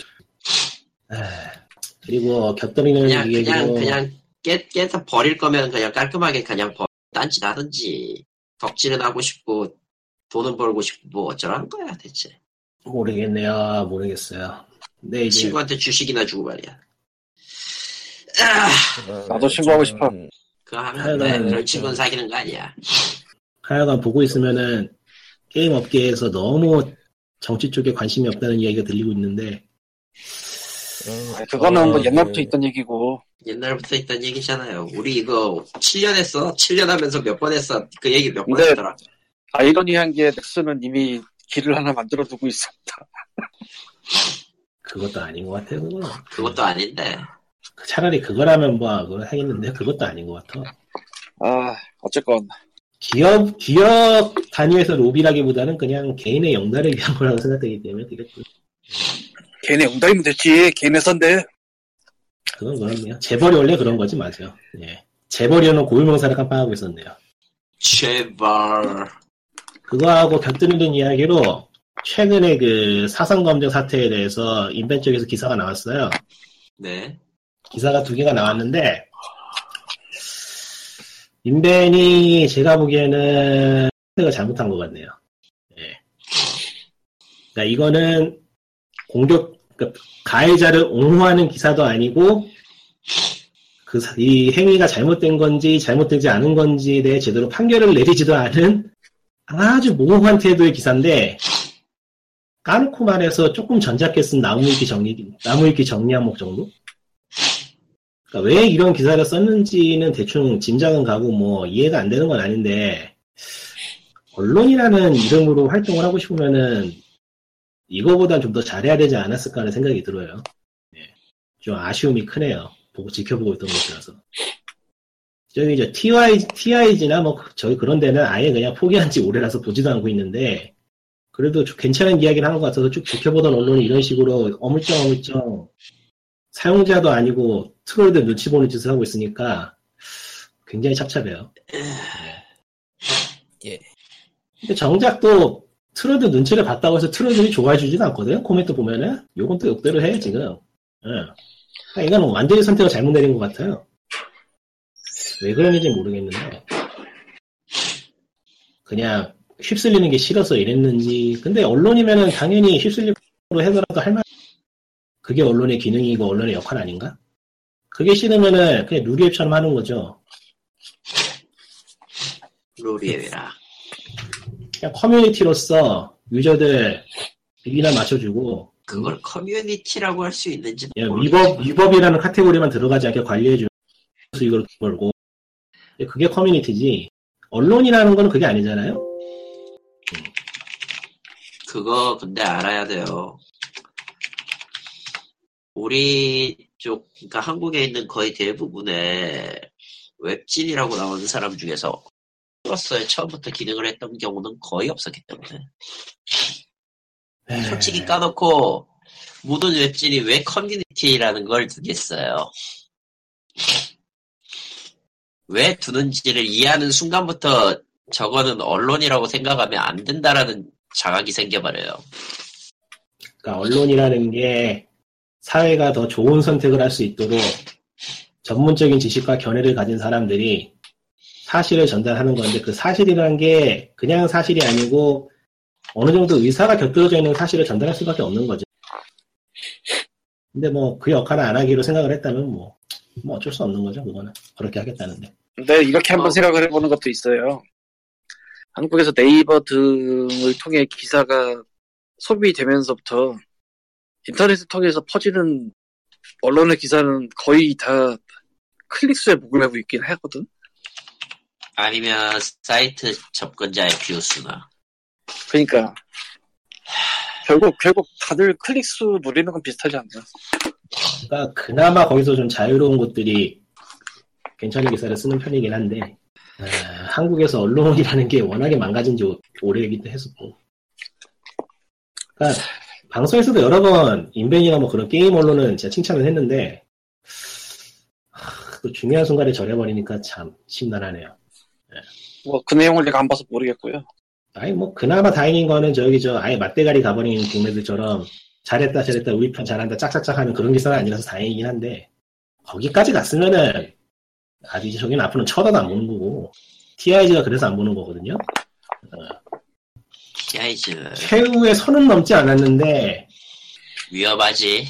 [SPEAKER 4] 그리고 곁들이는
[SPEAKER 2] 그냥
[SPEAKER 4] 이게
[SPEAKER 2] 그냥
[SPEAKER 4] 지금
[SPEAKER 2] 그냥 깨 깨서 버릴 거면 그냥 깔끔하게 그냥 버 딴짓 하든지 덕질은 하고 싶고 돈은 벌고 싶고 뭐 어쩌라는 거야 대체
[SPEAKER 4] 모르겠네요 모르겠어요 근데 이제
[SPEAKER 2] 친구한테 주식이나 주고 말이야. 아,
[SPEAKER 3] 나도 신고하고 싶어.
[SPEAKER 2] 그거 하면
[SPEAKER 4] 아유,
[SPEAKER 2] 안 돼.
[SPEAKER 4] 나는
[SPEAKER 2] 그런 친구는 사귀는 거 아니야.
[SPEAKER 4] 하여간 보고 있으면은 게임 업계에서 너무 정치 쪽에 관심이 없다는 이야기가 들리고 있는데
[SPEAKER 3] 아니, 그거는 뭐 옛날부터 있던 얘기고.
[SPEAKER 2] 옛날부터 있던 얘기잖아요. 우리 이거 7년 했어. 7년 하면서 몇 번 했어. 그 얘기 몇 번
[SPEAKER 3] 근데-
[SPEAKER 2] 했더라.
[SPEAKER 3] 아이러니한 게 넥슨은 이미 길을 하나 만들어 두고 있습니다.
[SPEAKER 4] 그것도 아닌 것 같아요 그거
[SPEAKER 2] 그것도 아닌데.
[SPEAKER 4] 차라리 그거라면 뭐하고 하겠는데 그것도 아닌 것 같아.
[SPEAKER 3] 아, 어쨌건.
[SPEAKER 4] 기업 기업 단위에서 로비라기보다는 그냥 개인의 영달을 위한 거라고 생각되기 때문에 되게 또
[SPEAKER 3] 걔네 용달이면 됐지. 걔네 선데.
[SPEAKER 4] 그건 그렇네요. 재벌이 원래 그런 거지 맞아요. 예. 재벌이는 고유명사를 깜빡하고 있었네요.
[SPEAKER 2] 제발.
[SPEAKER 4] 그거하고 곁들이는 이야기로 최근에 그 사상검증 사태에 대해서 인벤 쪽에서 기사가 나왔어요.
[SPEAKER 2] 네.
[SPEAKER 4] 기사가 두 개가 나왔는데 인벤이 제가 보기에는 선택을 잘못한 것 같네요. 예. 그러니까 이거는 공격 그러니까 가해자를 옹호하는 기사도 아니고 그 이 행위가 잘못된 건지 잘못되지 않은 건지에 대해 제대로 판결을 내리지도 않은 아주 모호한 태도의 기사인데 까놓고 말해서 조금 전작게 쓴 나무위키 정리 나무위키 정리 한목 정도? 그러니까 왜 이런 기사를 썼는지는 대충 짐작은 가고 뭐 이해가 안 되는 건 아닌데 언론이라는 이름으로 활동을 하고 싶으면은 이거보단 좀 더 잘해야 되지 않았을까 하는 생각이 들어요. 예. 좀 아쉬움이 크네요. 보고 지켜보고 있던 것이라서. 저기 저 TY, TIG나 뭐 저기 그런 데는 아예 그냥 포기한 지 오래라서 보지도 않고 있는데 그래도 좀 괜찮은 이야기를 하는 것 같아서 쭉 지켜보던 언론이 이런 식으로 어물쩡 어물쩡 사용자도 아니고 트롤들 눈치 보는 짓을 하고 있으니까 굉장히 착잡해요. 예.
[SPEAKER 1] 예.
[SPEAKER 4] 근데 정작 또 트롤들 눈치를 봤다고 해서 트롤들이 좋아해 주진 않거든. 코멘트 보면은 요건 또 욕대로 해 지금. 예. 그러니까 이건 완전히 선택을 잘못 내린 것 같아요. 왜 그러는지 모르겠는데 그냥 휩쓸리는 게 싫어서 이랬는지 근데 언론이면은 당연히 휩쓸리로 해더라도 할만 그게 언론의 기능이고 언론의 역할 아닌가? 그게 싫으면은 그냥 누리앱처럼 하는 거죠.
[SPEAKER 2] 로리에라.
[SPEAKER 4] 그냥 커뮤니티로서 유저들 비기나 맞춰주고
[SPEAKER 2] 그걸 커뮤니티라고 할 수 있는지
[SPEAKER 4] 예, 위법 위법이라는 카테고리만 들어가지 않게 관리해주는 수익을 벌고 근데 그게 커뮤니티지 언론이라는 거는 그게 아니잖아요.
[SPEAKER 2] 그거 근데 알아야 돼요. 우리 쪽, 그러니까 한국에 있는 거의 대부분의 웹진이라고 나오는 사람 중에서 플러스에 처음부터 기능을 했던 경우는 거의 없었기 때문에
[SPEAKER 4] 네.
[SPEAKER 2] 솔직히 까놓고 모든 웹진이 왜 커뮤니티라는 걸 두겠어요. 왜 두는지를 이해하는 순간부터 저거는 언론이라고 생각하면 안 된다라는 자각이 생겨버려요.
[SPEAKER 4] 그러니까 언론이라는 게 사회가 더 좋은 선택을 할 수 있도록 전문적인 지식과 견해를 가진 사람들이 사실을 전달하는 건데 그 사실이라는 게 그냥 사실이 아니고 어느 정도 의사가 곁들여져 있는 사실을 전달할 수밖에 없는 거죠. 근데 뭐 그 역할을 안 하기로 생각을 했다면 뭐, 뭐 어쩔 수 없는 거죠. 그거는 그렇게 하겠다는데.
[SPEAKER 3] 근데 이렇게 한번
[SPEAKER 2] 어.
[SPEAKER 3] 생각을 해보는 것도 있어요. 한국에서 네이버 등을 통해 기사가 소비되면서부터 인터넷을 통해서 퍼지는 언론의 기사는 거의 다 클릭수에 목을 매고 있긴 하거든.
[SPEAKER 2] 아니면 사이트 접근자의 뷰수나
[SPEAKER 3] 그러니까 결국 결국 다들 클릭수 노리는 건 비슷하지 않나?
[SPEAKER 4] 그러니까 그나마 거기서 좀 자유로운 곳들이 괜찮은 기사를 쓰는 편이긴 한데 아, 한국에서 언론이라는 게 워낙에 망가진 지 오- 오래이기도 했었고 그러니까 방송에서도 여러 번 인벤이나 뭐 그런 게임 언론은 제가 칭찬을 했는데 하, 또 중요한 순간에 절해버리니까 참 심란하네요
[SPEAKER 3] 뭐 그 내용을 내가 안 봐서 모르겠고요.
[SPEAKER 4] 아니 뭐 그나마 다행인 거는 저기 저 아예 맞대가리 가버린 국내들처럼 잘했다 잘했다 우리 편 잘한다 짝짝짝 하는 그런 기사는 아니라서 다행이긴 한데 거기까지 갔으면은 아직 이제 저기는 앞으로는 쳐다도 안 보는 거고 TIG가 그래서 안 보는 거거든요
[SPEAKER 2] TIG는
[SPEAKER 4] 최후의 선은 넘지 않았는데
[SPEAKER 2] 위험하지.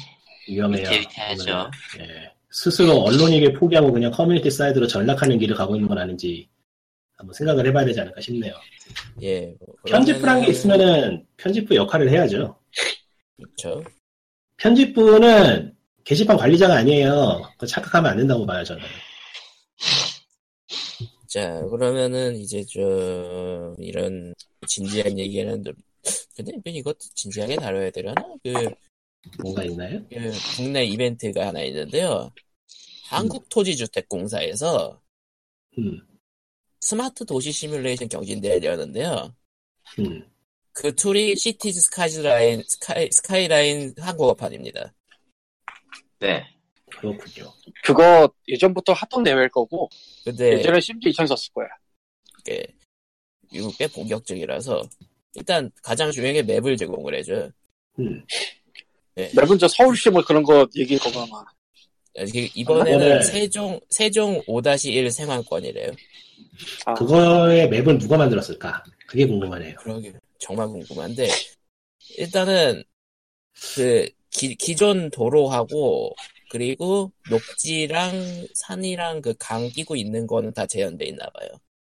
[SPEAKER 4] 위험해요
[SPEAKER 2] 위태위태하죠.
[SPEAKER 4] 예. 스스로 언론에게 포기하고 그냥 커뮤니티 사이드로 전락하는 길을 가고 있는 건 아닌지 한번 생각을 해봐야 되지 않을까 싶네요
[SPEAKER 1] 예. 뭐
[SPEAKER 4] 편집부란 게
[SPEAKER 1] 그러면은-
[SPEAKER 4] 있으면은 편집부 역할을 해야죠
[SPEAKER 1] 그렇죠.
[SPEAKER 4] 편집부는 게시판 관리자가 아니에요. 그거 착각하면 안 된다고 봐요, 저는.
[SPEAKER 1] 자, 그러면은 이제 좀 이런 진지한 얘기는 좀 근데 이건 이것도 진지하게 다뤄야 되려나? 그,
[SPEAKER 4] 뭔가 있나요?
[SPEAKER 1] 그 국내 이벤트가 하나 있는데요. 한국토지주택공사에서
[SPEAKER 4] 음,
[SPEAKER 1] 스마트 도시 시뮬레이션 경진대회를 여는데요.
[SPEAKER 4] 음.
[SPEAKER 1] 그 툴이 시티즈 스카이라인, 스카이, 스카이라인 한국어판입니다.
[SPEAKER 2] 네.
[SPEAKER 4] 그렇군요.
[SPEAKER 3] 그거 예전부터 하던 대회일 거고
[SPEAKER 4] 네,
[SPEAKER 1] 근데
[SPEAKER 3] 예전에 심지어 2000 썼을 거야.
[SPEAKER 1] 꽤, 이거 꽤 본격적이라서 일단 가장 중요한 게 맵을 제공을 해줘요.
[SPEAKER 4] 음.
[SPEAKER 3] 맵은 저 서울시 뭐 그런 거 얘기일 거고 아마.
[SPEAKER 1] 이게 이번에는
[SPEAKER 4] 네.
[SPEAKER 1] 세종, 세종 5-1 생활권이래요.
[SPEAKER 3] 아,
[SPEAKER 4] 그거의 맵을 누가 만들었을까? 그게 궁금하네요.
[SPEAKER 1] 그러게 정말 궁금한데 일단은 그 기, 기존 도로하고 그리고 녹지랑 산이랑 그 강 끼고 있는 거는 다 재현돼 있나 봐요.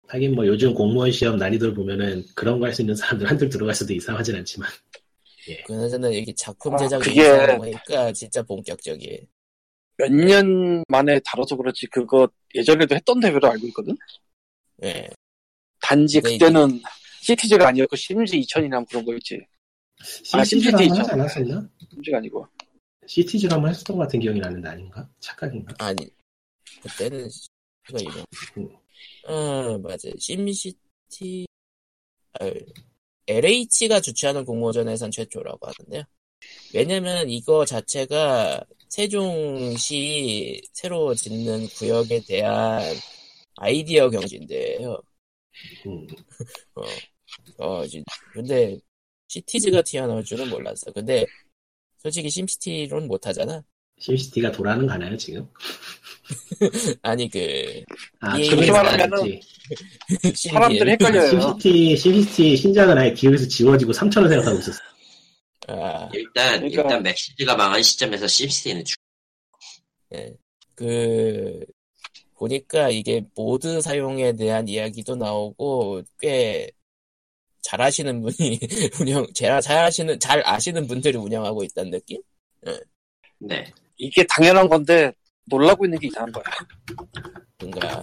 [SPEAKER 4] 하긴 뭐 요즘 공무원 시험 난이도를 보면은 그런 거 할 수 있는 사람들 한둘 들어갈 수도 이상하진 않지만
[SPEAKER 1] 그나저나 여기 작품
[SPEAKER 3] 아,
[SPEAKER 1] 제작
[SPEAKER 3] 그게-
[SPEAKER 1] 인사하고 하니까 진짜 본격적이에요.
[SPEAKER 3] 몇 년 만에 다뤄서 그렇지 그거 예전에도 했던 대회로 알고 있거든.
[SPEAKER 1] 예.
[SPEAKER 3] 단지
[SPEAKER 1] 네,
[SPEAKER 3] 그때는 시티즈가 아니었고 심지 2000이나 그런 거였지. 아,
[SPEAKER 4] 시티즈로 한번
[SPEAKER 3] 심지어
[SPEAKER 4] 하지 않았었나?
[SPEAKER 3] 심지가 아니고.
[SPEAKER 4] 시티즈로 한번 했었던 것 같은 기억이 나는데 아닌가? 착각인가?
[SPEAKER 1] 아니 그때는 이거 이거. 어 맞아. 심시티 아, LH가 주최하는 공모전에선 최초라고 하는데요. 왜냐면 이거 자체가 세종시 새로 짓는 구역에 대한 아이디어 경진대예요.
[SPEAKER 4] 음.
[SPEAKER 1] 어, 어, 이제 근데 시티즈가 튀어나올 줄은 몰랐어. 근데 솔직히 심시티로는 못하잖아.
[SPEAKER 4] 심시티가 돌아는 가나요 지금?
[SPEAKER 1] 아니 그
[SPEAKER 4] 아
[SPEAKER 1] 예,
[SPEAKER 4] 초기에
[SPEAKER 1] 그렇게
[SPEAKER 3] 말하면은
[SPEAKER 4] 나왔지.
[SPEAKER 3] 사람들
[SPEAKER 1] 신기해.
[SPEAKER 3] 헷갈려요.
[SPEAKER 4] 심시티 심시티 신작은 아예 기억에서 지워지고 3천원 생각하고 있었어.
[SPEAKER 1] 아,
[SPEAKER 2] 일단
[SPEAKER 3] 그러니까-
[SPEAKER 2] 일단 맥시즈가 망한 시점에서 심시티는 죽.
[SPEAKER 1] 예. 그 보니까 이게 모드 사용에 대한 이야기도 나오고 꽤 잘하시는 분이 운영 잘 잘하시는 잘 아시는 분들이 운영하고 있다는 느낌?
[SPEAKER 2] 네.
[SPEAKER 3] 이게 당연한 건데 놀라고 있는 게 이상한 거야.
[SPEAKER 1] 뭔가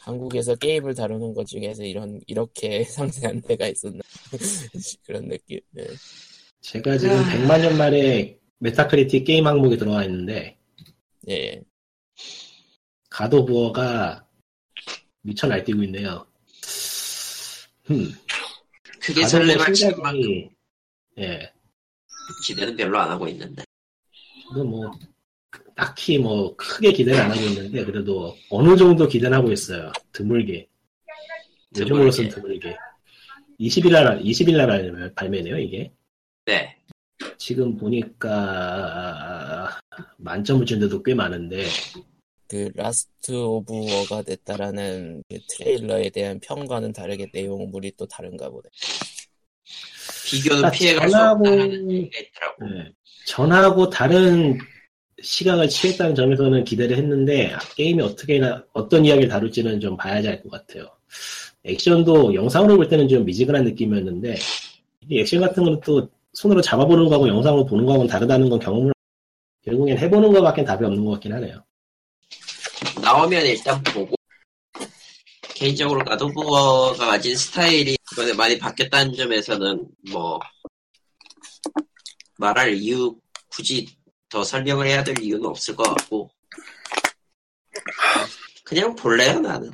[SPEAKER 1] 한국에서 게임을 다루는 것 중에서 이런 이렇게 상세한 데가 있었나 그런 느낌. 예.
[SPEAKER 4] 제가 지금
[SPEAKER 2] 아.
[SPEAKER 4] 100만 년 만에 메타크리틱 게임 항목에 들어와 있는데
[SPEAKER 1] 예.
[SPEAKER 4] 가도부어가 미쳐 날뛰고 있네요. 음.
[SPEAKER 2] 크게
[SPEAKER 4] 가도부어
[SPEAKER 2] 설렘할
[SPEAKER 4] 신작이-
[SPEAKER 2] 만큼
[SPEAKER 4] 예,
[SPEAKER 2] 기대는 별로 안 하고 있는데.
[SPEAKER 4] 저는 뭐 딱히 뭐 크게 기대는 안 하고 있는데 그래도 어느 정도 기대는 하고 있어요. 드물게. 요즘으로선 드물게. 20일 날 20일 날 발매- 발매네요 이게.
[SPEAKER 2] 네.
[SPEAKER 4] 지금 보니까 만점을 준 데도 꽤 많은데
[SPEAKER 1] 그 라스트 오브 워가 됐다라는 그 트레일러에 대한 평과는 다르게 내용물이 또 다른가 보네.
[SPEAKER 2] 비교는
[SPEAKER 4] 아,
[SPEAKER 2] 피해갈 수
[SPEAKER 4] 전하고-
[SPEAKER 2] 없다는 얘기가 있더라고.
[SPEAKER 1] 네.
[SPEAKER 4] 예. 전하고 다른 시각을 취했다는 점에서는 기대를 했는데 아, 게임이 어떻게나 어떤 이야기를 다룰지는 좀 봐야지 알 것 같아요. 액션도 영상으로 볼 때는 좀 미지근한 느낌이었는데 이 액션 같은 거는 또 손으로 잡아보는 거하고 영상으로 보는 거하고는 다르다는 건 경험을 결국엔 해보는 거밖에 답이 없는 것 같긴 하네요.
[SPEAKER 2] 나오면 일단 보고 개인적으로 가도부어가 가진 스타일이 이번에 많이 바뀌었다는 점에서는 뭐 말할 이유 굳이 더 설명을 해야 될 이유는 없을 것 같고 그냥 볼래요 나는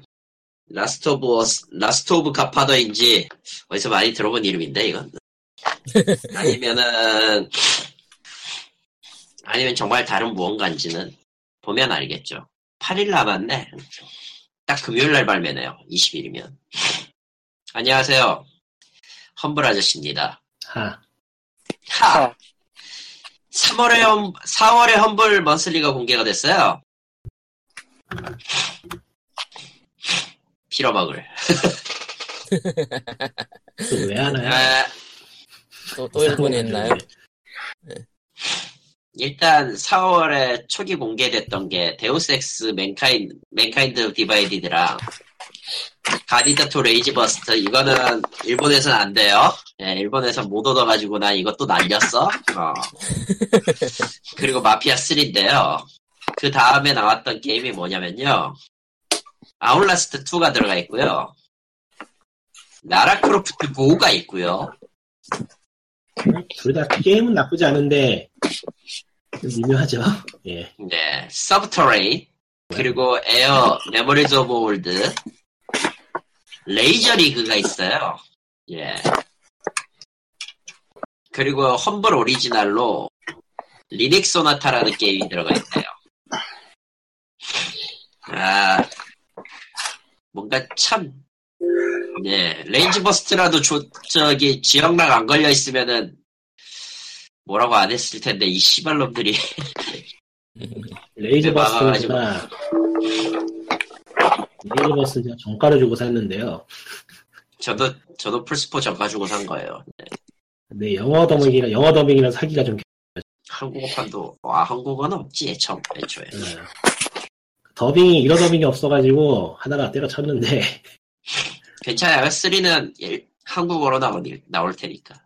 [SPEAKER 2] 라스트 오브 어스- 라스트 오브 가파더인지 어디서 많이 들어본 이름인데 이건 아니면은 아니면 정말 다른 무언가인지는 보면 알겠죠 8일 남았네. 딱 금요일 날 발매네요. 20일이면. 안녕하세요. 험블 아저씨입니다.
[SPEAKER 4] 하,
[SPEAKER 1] 아,
[SPEAKER 3] 아.
[SPEAKER 2] 하! 3월에 험, 4월에 험블 머슬리가 공개가 됐어요. 빌어먹을.
[SPEAKER 4] 또 왜 하나요?
[SPEAKER 2] 아,
[SPEAKER 1] 또,
[SPEAKER 4] 아,
[SPEAKER 1] 또 일본 했나요?
[SPEAKER 2] 일단 4월에 초기 공개됐던 게 데우스엑스 맨카인드, 맨카인드 디바이디드랑 가디다토 레이지버스터 이거는 일본에선 안 돼요. 예, 일본에선 못 얻어가지고 나 이것도 날렸어. 어. 그리고 마피아 3인데요. 그 다음에 나왔던 게임이 뭐냐면요. 아울라스트 2가 들어가 있고요. 나라크로프트 5가 있고요.
[SPEAKER 4] 둘 다 게임은 나쁘지 않은데 좀 미묘하죠. 예.
[SPEAKER 2] 네, 서브터레인 그리고 에어 메모리즈 오브 올드 레이저 리그가 있어요. 예. 그리고 험블 오리지널로 리닉 소나타라는 게임이 들어가 있대요. 아, 뭔가 참, 네, 레인지 버스트라도 조, 저기 지역락 안 걸려 있으면은 뭐라고 안 했을 텐데 이 씨발놈들이
[SPEAKER 4] 레이저
[SPEAKER 2] 네,
[SPEAKER 4] 버스가 레이저 버스 제가 정가를 주고 샀는데요.
[SPEAKER 2] 저도 저도 플스포 저가 주고 산 거예요. 네.
[SPEAKER 4] 근데 영어 더빙이랑 영어 더빙이랑 사기가 좀
[SPEAKER 2] 한국어판도 와 한국어는 없지 처음 애초에.
[SPEAKER 4] 예. 더빙이 이런 더빙이 없어가지고 하다가 때려쳤는데
[SPEAKER 2] 괜찮아요. 3는 한국어로 나오니, 나올 테니까.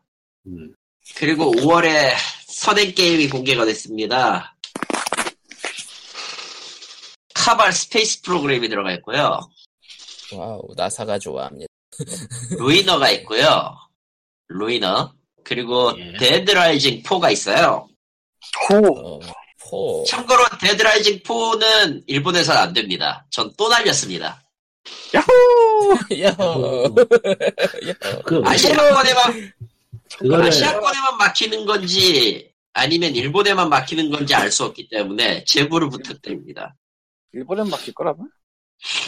[SPEAKER 4] 음,
[SPEAKER 2] 그리고 5월에 선행 게임이 공개가 됐습니다. 카발 스페이스 프로그램이 들어가 있고요.
[SPEAKER 1] 와우, 나사가 좋아합니다.
[SPEAKER 2] 루이너가 있고요. 루이너. 그리고
[SPEAKER 4] 예.
[SPEAKER 2] 데드라이징 4가 있어요.
[SPEAKER 3] 호.
[SPEAKER 1] 어, 포.
[SPEAKER 2] 참고로 데드라이징 4는 일본에서는 안 됩니다. 전 또 날렸습니다.
[SPEAKER 3] 야호!
[SPEAKER 1] 야, 야.
[SPEAKER 4] 그거 왜-
[SPEAKER 2] 아시아권에만,
[SPEAKER 4] 그거를
[SPEAKER 2] 아, 아시아권에만 막히는 건지, 아니면 일본에만 막히는 건지 알 수 없기 때문에 제보를 부탁드립니다.
[SPEAKER 3] 일본엔 맡길 거라면?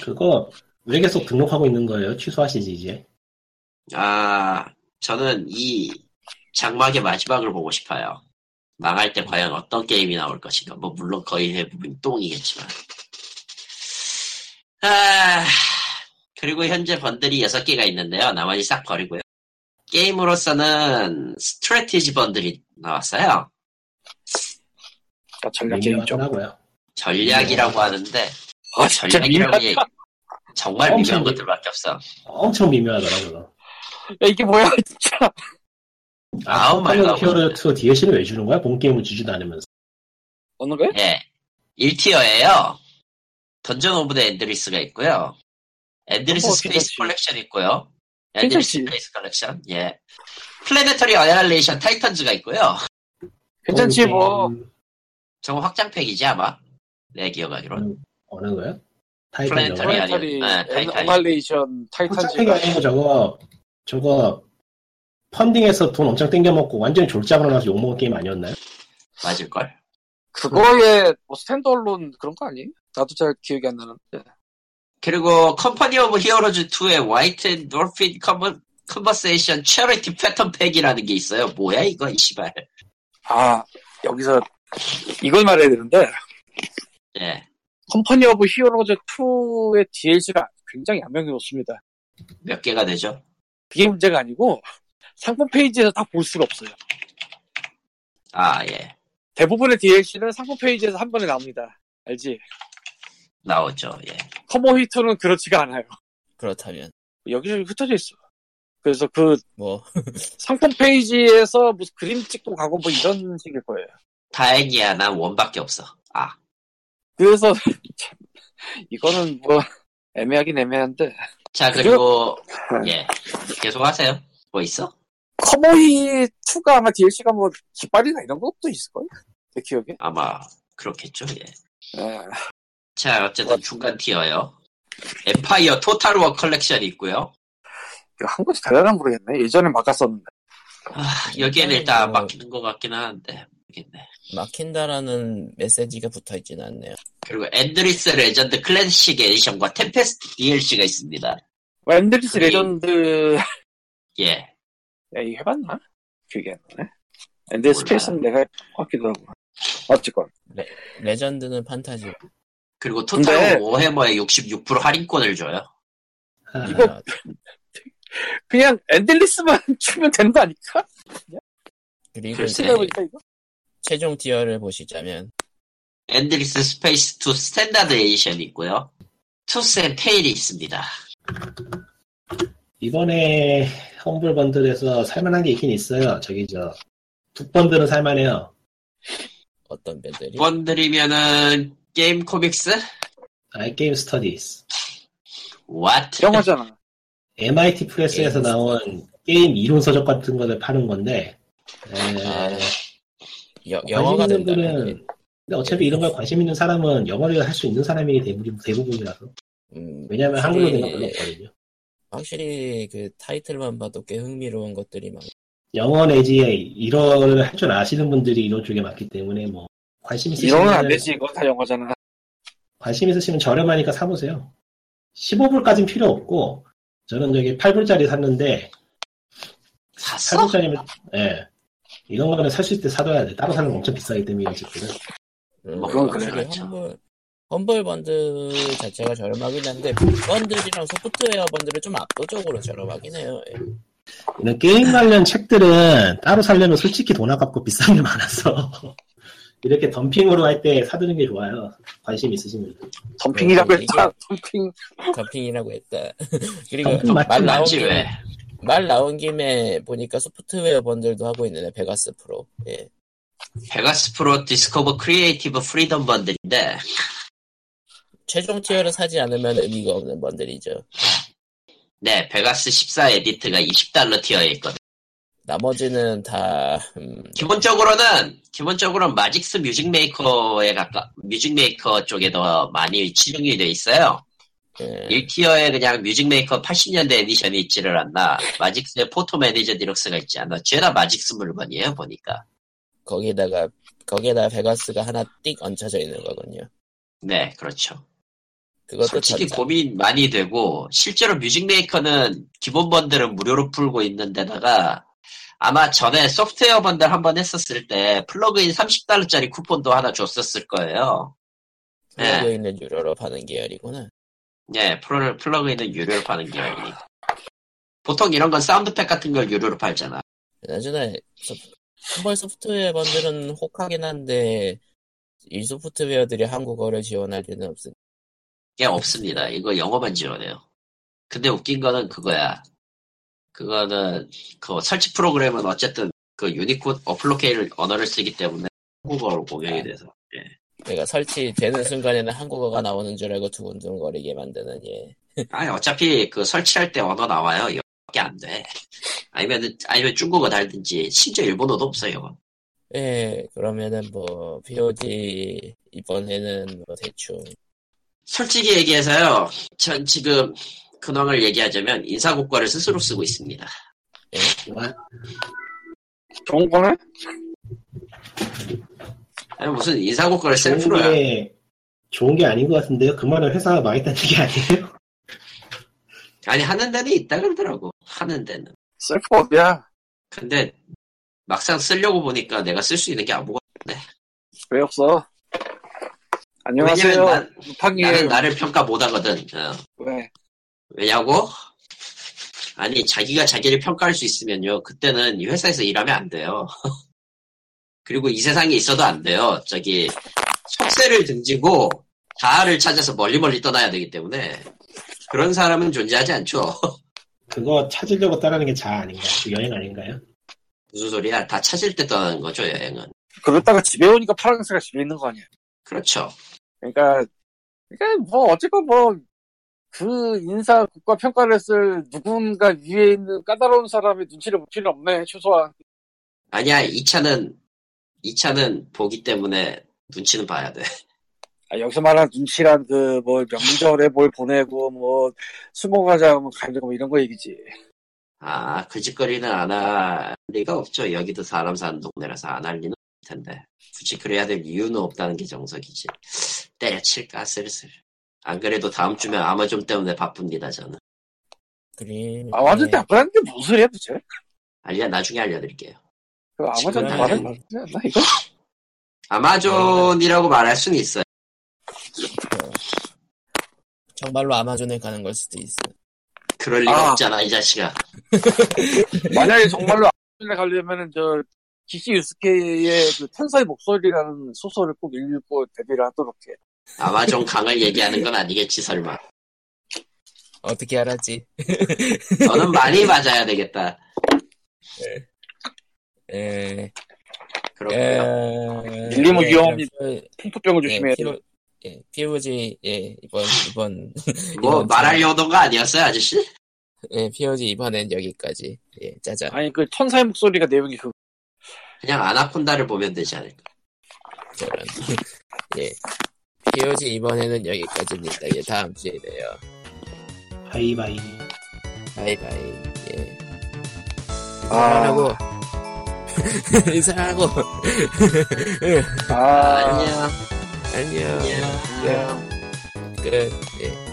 [SPEAKER 4] 그거 왜 계속 등록하고 있는 거예요? 취소하시지 이제.
[SPEAKER 2] 아, 저는 이 장막의 마지막을 보고 싶어요. 망할 때 과연 어떤 게임이 나올 것인가. 뭐, 물론 거의 대부분 똥이겠지만. 아, 그리고 현재 번들이 6개가 있는데요. 나머지 싹 버리고요. 게임으로서는 스트레티지 번들이 나왔어요.
[SPEAKER 3] 나
[SPEAKER 2] 그러니까
[SPEAKER 3] 전략 게임 좀.
[SPEAKER 4] 하고요.
[SPEAKER 2] 전략이라고 하는데,
[SPEAKER 3] 네. 아, 진짜
[SPEAKER 2] 전략이라고
[SPEAKER 3] 민망.
[SPEAKER 2] 얘기, 정말
[SPEAKER 4] 엄청
[SPEAKER 2] 미묘한 것들밖에 없어.
[SPEAKER 4] 엄청 미묘하더라고요.
[SPEAKER 3] 야, 이게 뭐야, 진짜.
[SPEAKER 2] 아우,
[SPEAKER 4] 파이어
[SPEAKER 2] 말도 안
[SPEAKER 4] 히어로 2 DLC를 왜 주는 거야? 본 게임을 주지도 않으면서.
[SPEAKER 3] 어느 거야?
[SPEAKER 2] 예. 1티어예요. 던전 오브 더 엔드리스가 있고요. 엔드리스
[SPEAKER 3] 어,
[SPEAKER 2] 스페이스
[SPEAKER 3] 괜찮지.
[SPEAKER 2] 컬렉션 있고요. 엔드리스
[SPEAKER 3] 괜찮지.
[SPEAKER 2] 스페이스 컬렉션. 예. 플래네터리 어널레이션 타이탄즈가 있고요.
[SPEAKER 3] 괜찮지, 뭐.
[SPEAKER 4] 본 게임
[SPEAKER 2] 저거 확장팩이지 아마. 내 기억하기론.
[SPEAKER 3] 음.
[SPEAKER 4] 어느- 어느 거요?
[SPEAKER 2] 플래네터리
[SPEAKER 4] 타이탄이요.
[SPEAKER 2] 아니요.
[SPEAKER 3] 플래터리,
[SPEAKER 2] 네, 타이탄이요.
[SPEAKER 3] 어널레이션,
[SPEAKER 4] 포착팩이
[SPEAKER 3] 타이탄즈가.
[SPEAKER 4] 그 아니고 저거 저거 펀딩에서 돈 엄청 땡겨 먹고 완전히 졸잡으로 나서 욕 먹은 게임 아니었나요?
[SPEAKER 2] 맞을걸.
[SPEAKER 3] 그거에 뭐 스탠드얼론 그런 거 아니에요? 나도 잘 기억이 안
[SPEAKER 2] 네.
[SPEAKER 3] 나는데.
[SPEAKER 2] 그리고 컴퍼니 오브 히어로즈 2의 화이트 앤 노핀 컨버, 컨버세이션 체리티 패턴 팩이라는 게 있어요. 뭐야 이거 이씨발.
[SPEAKER 3] 아, 여기서 이걸 말해야 되는데,
[SPEAKER 2] 예.
[SPEAKER 3] 컴퍼니 오브 히어로즈 2의 DLC가 굉장히 안명이 높습니다.
[SPEAKER 2] 몇 개가 되죠?
[SPEAKER 3] 그게 문제가 아니고, 상품 페이지에서 다 볼 수가 없어요.
[SPEAKER 2] 아 예.
[SPEAKER 3] 대부분의 DLC는 상품 페이지에서 한 번에 나옵니다. 알지?
[SPEAKER 2] 나오죠. 예.
[SPEAKER 3] 커머 히트는 그렇지가 않아요.
[SPEAKER 1] 그렇다면,
[SPEAKER 3] 여기저기 흩어져 있어. 그래서 그
[SPEAKER 1] 뭐,
[SPEAKER 3] 상품 페이지에서 무슨 그림 찍고 가고 뭐 이런 식일 거예요.
[SPEAKER 2] 다행이야. 난 원밖에 없어. 아.
[SPEAKER 3] 그래서 참, 이거는 뭐 애매하긴 애매한데
[SPEAKER 2] 자 그리고 예 계속하세요 뭐 있어?
[SPEAKER 3] 커머히 2가 아마 DLC가 뭐 깃발이나 이런 것도 있을 거예요. 내 기억에.
[SPEAKER 2] 아마 그렇겠죠 예자
[SPEAKER 3] 예.
[SPEAKER 2] 어쨌든 중간 티어요 엠파이어 토탈워 컬렉션이 있고요
[SPEAKER 3] 이거 한국에서 대단한 모르겠네. 예전에 막았었는데.
[SPEAKER 2] 아, 여기에는 일단 안 막히는 것 같긴 하는데 모르겠네
[SPEAKER 1] 음. 막힌다라는 메시지가 붙어 있진 않네요.
[SPEAKER 2] 그리고 엔드리스 레전드 클래식 에디션과 템페스트 DLC가 있습니다
[SPEAKER 3] 뭐 엔드리스
[SPEAKER 2] 그게-
[SPEAKER 3] 레전드
[SPEAKER 2] 예
[SPEAKER 3] 야, 이거 해봤나? 기억이 안 나네. 엔드 스페이스는 내가 확기도 하고. 어쨌건.
[SPEAKER 1] 레전드는 판타지.
[SPEAKER 2] 아. 그리고 토탈워
[SPEAKER 3] 근데-
[SPEAKER 2] 워해머에 66% 할인권을 줘요
[SPEAKER 4] 아,
[SPEAKER 3] 이거-
[SPEAKER 1] 아,
[SPEAKER 3] 그냥 엔들리스만 추면 되는 거 아닐까?
[SPEAKER 1] 그리고
[SPEAKER 2] 글쎄.
[SPEAKER 1] 이제
[SPEAKER 3] 생각해보니까 이거.
[SPEAKER 1] 최종 티어를 보시자면,
[SPEAKER 2] 엔드리스 스페이스 2 스탠다드 에디션이 있고요 투스 앤 테일이 있습니다
[SPEAKER 4] 이번에 험블 번들에서 살만한 게 있긴 있어요. 저기 저 북번들은 살만해요.
[SPEAKER 1] 어떤 배들이
[SPEAKER 4] 뭐,
[SPEAKER 2] 번들이면은 게임 코믹스?
[SPEAKER 4] 아이게임 스터디스
[SPEAKER 2] What?
[SPEAKER 3] 영화잖아.
[SPEAKER 4] MIT 프레스에서
[SPEAKER 1] 게임
[SPEAKER 4] 나온 게임 이론 서적 같은 거를 파는 건데 에,
[SPEAKER 2] 아,
[SPEAKER 1] 아, 여- 영어가
[SPEAKER 4] 관심 있는
[SPEAKER 1] 된다면
[SPEAKER 4] 분은 근데 어차피 이런 걸 관심 있는 사람은 영어를 할 수 있는 사람이 대부분, 대부분이라서.
[SPEAKER 1] 음,
[SPEAKER 4] 왜냐면 한글로 된 건 별로
[SPEAKER 1] 확실히-
[SPEAKER 4] 없거든요.
[SPEAKER 1] 확실히 그 타이틀만 봐도 꽤 흥미로운 것들이 많고
[SPEAKER 4] 영어 내지에 이런 할 줄 아시는 분들이 이런 쪽에 많기 때문에 뭐 관심 있으시면
[SPEAKER 3] 이거는 안 되지. 이거 다 영어잖아.
[SPEAKER 4] 관심 있으시면 저렴하니까 사보세요. 15불까진 필요 없고 저는 저기 8불짜리 샀는데
[SPEAKER 2] 샀어?
[SPEAKER 4] 8불짜리면 예 이런 거는 살 수 있을 때 사둬야 돼. 따로 사는 건 엄청 비싸기 때문에 이런 제품은
[SPEAKER 1] 음,
[SPEAKER 2] 뭐 그건
[SPEAKER 1] 확실히
[SPEAKER 2] 그래요.
[SPEAKER 1] 험블, 험블 번들 자체가 저렴하긴 한데 번들이랑 소프트웨어 번들은 좀 압도적으로 저렴하긴 해요 예.
[SPEAKER 4] 이런 게임 관련 책들은 따로 사려면 솔직히 돈 아깝고 비싼 게 많아서 이렇게 덤핑으로 할 때 사두는 게 좋아요. 관심 있으시면
[SPEAKER 3] 덤핑이라고
[SPEAKER 1] 이게-
[SPEAKER 3] 했다. 덤핑.
[SPEAKER 1] 덤핑이라고 했다 그리고
[SPEAKER 4] 덤핑 맞지,
[SPEAKER 1] 말 나온
[SPEAKER 2] 맞지
[SPEAKER 1] 김에
[SPEAKER 2] 왜?
[SPEAKER 1] 말 나온 김에 보니까 소프트웨어 번들도 하고 있는데 베가스 프로 예.
[SPEAKER 2] 베가스 프로 디스커버 크리에이티브 프리덤 번들인데
[SPEAKER 1] 최종 티어를 사지 않으면 의미가 없는 번들이죠
[SPEAKER 2] 네 베가스 14 에디트가 20달러 티어에 있거든.
[SPEAKER 1] 나머지는 다 음,
[SPEAKER 2] 기본적으로는 기본적으로는 마직스 뮤직메이커에 가까 뮤직메이커 쪽에 더 많이 치중이 돼 있어요.
[SPEAKER 1] 예.
[SPEAKER 2] 1티어에 네. 그냥 뮤직메이커 80년대 에디션이 있지를 않나. 마직스의 포토 매니저 디럭스가 있지 않나. 죄다 마직스 물건이에요 보니까.
[SPEAKER 1] 거기다가 거기에다 베가스가 하나 띡 얹혀져 있는 거군요
[SPEAKER 2] 네 그렇죠.
[SPEAKER 1] 그것도
[SPEAKER 2] 솔직히
[SPEAKER 1] 전자.
[SPEAKER 2] 고민 많이 되고 실제로 뮤직메이커는 기본 번들은 무료로 풀고 있는데다가 아마 전에 소프트웨어 번들 한 번 했었을 때 플러그인 30달러짜리 쿠폰도 하나 줬었을 거예요.
[SPEAKER 1] 플러그 있는 유료로 파는 계열이구나.
[SPEAKER 2] 예, 프로를 플러그인은 유료로 파는 게 아니니까. 보통 이런 건 사운드팩 같은 걸 유료로 팔잖아.
[SPEAKER 1] 나중에 한벌 소프트웨어 번들은 혹하긴 한데 이 소프트웨어들이 한국어를 지원할 리는 없으니
[SPEAKER 2] 예, 없습니다. 이거 영어만 지원해요. 근데 웃긴 거는 그거야. 그거는 그 설치 프로그램은 어쨌든 그 유니콘 어플로케일 언어를 쓰기 때문에 한국어로 공용이 돼서. 예.
[SPEAKER 1] 내가 설치되는 순간에는 한국어가 나오는 줄 알고 두근두근거리게 만드는 예.
[SPEAKER 2] 아니 어차피 그 설치할 때 언어 나와요. 영어밖에 안 돼. 아니면 아니면 중국어 달든지 심지어 일본어도 없어요.
[SPEAKER 1] 예, 그러면은 뭐 POG 이번에는 뭐 대충
[SPEAKER 2] 솔직히 얘기해서요. 전 지금 근황을 얘기하자면 인사고과를 스스로 쓰고 있습니다.
[SPEAKER 3] 좋은 거네?
[SPEAKER 2] 아니 무슨 인사고과를 쓸
[SPEAKER 4] 좋은
[SPEAKER 2] 프로야.
[SPEAKER 4] 게 좋은 게 아닌 것 같은데요. 그 말은 회사가 망했다는 얘기 아니에요?
[SPEAKER 2] 아니 하는 데는 있다 그러더라고. 하는 데는.
[SPEAKER 3] 셀프업이야.
[SPEAKER 2] 근데 막상 쓰려고 보니까 내가 쓸 수 있는 게 아무것도
[SPEAKER 3] 왜 없어? 안녕하세요. 예.
[SPEAKER 2] 왜냐면 난, 나는
[SPEAKER 3] 루팡이에요.
[SPEAKER 2] 나를 평가 못하거든. 어.
[SPEAKER 3] 왜?
[SPEAKER 2] 왜냐고? 아니 자기가 자기를 평가할 수 있으면요 그때는 이 회사에서 일하면 안 돼요 그리고 이 세상에 있어도 안 돼요 저기 속세를 등지고 자아를 찾아서 멀리 멀리 떠나야 되기 때문에 그런 사람은 존재하지 않죠
[SPEAKER 4] 그거 찾으려고 따라하는 게 자 아닌가? 그 여행 아닌가요?
[SPEAKER 2] 무슨 소리야 다 찾을 때 떠나는 거죠 여행은
[SPEAKER 3] 그러다가 집에 오니까 파랑새가 집에 있는 거 아니야.
[SPEAKER 2] 그렇죠
[SPEAKER 3] 그러니까, 그러니까 뭐 어쨌건 뭐 그 인사 국가 평가를 쓸 누군가 위에 있는 까다로운 사람의 눈치를 볼 필요 없네 최소한
[SPEAKER 2] 아니야 이 차는 이 차는 보기 때문에 눈치는 봐야 돼
[SPEAKER 3] 아, 여기서 말하는 눈치란 그 뭐 명절에 뭘 보내고 뭐 수목 가자 뭐 가려고 뭐 이런 거 얘기지
[SPEAKER 2] 아, 그 짓거리는 안 할 리가 없죠. 여기도 사람 사는 동네라서 안 할 리는 없을 텐데. 굳이 그래야 될 이유는 없다는 게 정석이지. 때려칠까, 슬슬. 안 그래도 다음 주면 아마존 때문에 바쁩니다, 저는.
[SPEAKER 1] 그림
[SPEAKER 3] 아
[SPEAKER 2] 네.
[SPEAKER 3] 완전
[SPEAKER 1] 예.
[SPEAKER 3] 나쁘다는 게 무슨 소리야 도대체
[SPEAKER 2] 알려, 나중에 알려드릴게요.
[SPEAKER 3] 그 아마존
[SPEAKER 1] 지금
[SPEAKER 3] 말은
[SPEAKER 1] 나는-
[SPEAKER 3] 맞지 않나 이거?
[SPEAKER 2] 아마존이라고 말할 수는 있어요.
[SPEAKER 1] 뭐 정말로 아마존에 가는 걸 수도 있어.
[SPEAKER 2] 그럴 리가
[SPEAKER 3] 아.
[SPEAKER 2] 없잖아, 이 자식아.
[SPEAKER 3] 만약에 정말로 아마존에 가려면은 저 기시 유스케의 그 천사의 목소리라는 소설을 꼭 읽고 데뷔를 하도록 해
[SPEAKER 2] 아마존 강을 얘기하는 건 아니겠지, 설마.
[SPEAKER 1] 어떻게 알았지?
[SPEAKER 2] 너는 많이 맞아야 되겠다.
[SPEAKER 1] 예.
[SPEAKER 2] 그렇고요.
[SPEAKER 1] 예.
[SPEAKER 3] 밀리면
[SPEAKER 1] 예,
[SPEAKER 3] 위험합니다.
[SPEAKER 1] 그럼
[SPEAKER 3] 풍토병을
[SPEAKER 1] 예,
[SPEAKER 3] 조심해야 돼
[SPEAKER 1] 피로- 예, POG, 예, 이번, 이번,
[SPEAKER 2] 뭐,
[SPEAKER 1] 이건
[SPEAKER 2] 말하려던가 아니었어요, 아저씨?
[SPEAKER 1] 예, POG 이번엔 여기까지. 예, 짜잔.
[SPEAKER 3] 아니 그 천사의 목소리가 내용이 그
[SPEAKER 2] 그냥 아나콘다를 보면 되지 않을까.
[SPEAKER 1] 저런. 예. POG 이번에는 여기까지입니다. 예, 다음 주에 봬요.
[SPEAKER 4] 바이바이.
[SPEAKER 1] 바이바이. 예.
[SPEAKER 3] 아,
[SPEAKER 1] 인사하고. 인사하고.
[SPEAKER 3] 아,
[SPEAKER 2] 안녕
[SPEAKER 1] 아. 안녕.
[SPEAKER 2] 안녕
[SPEAKER 1] 끝. 예.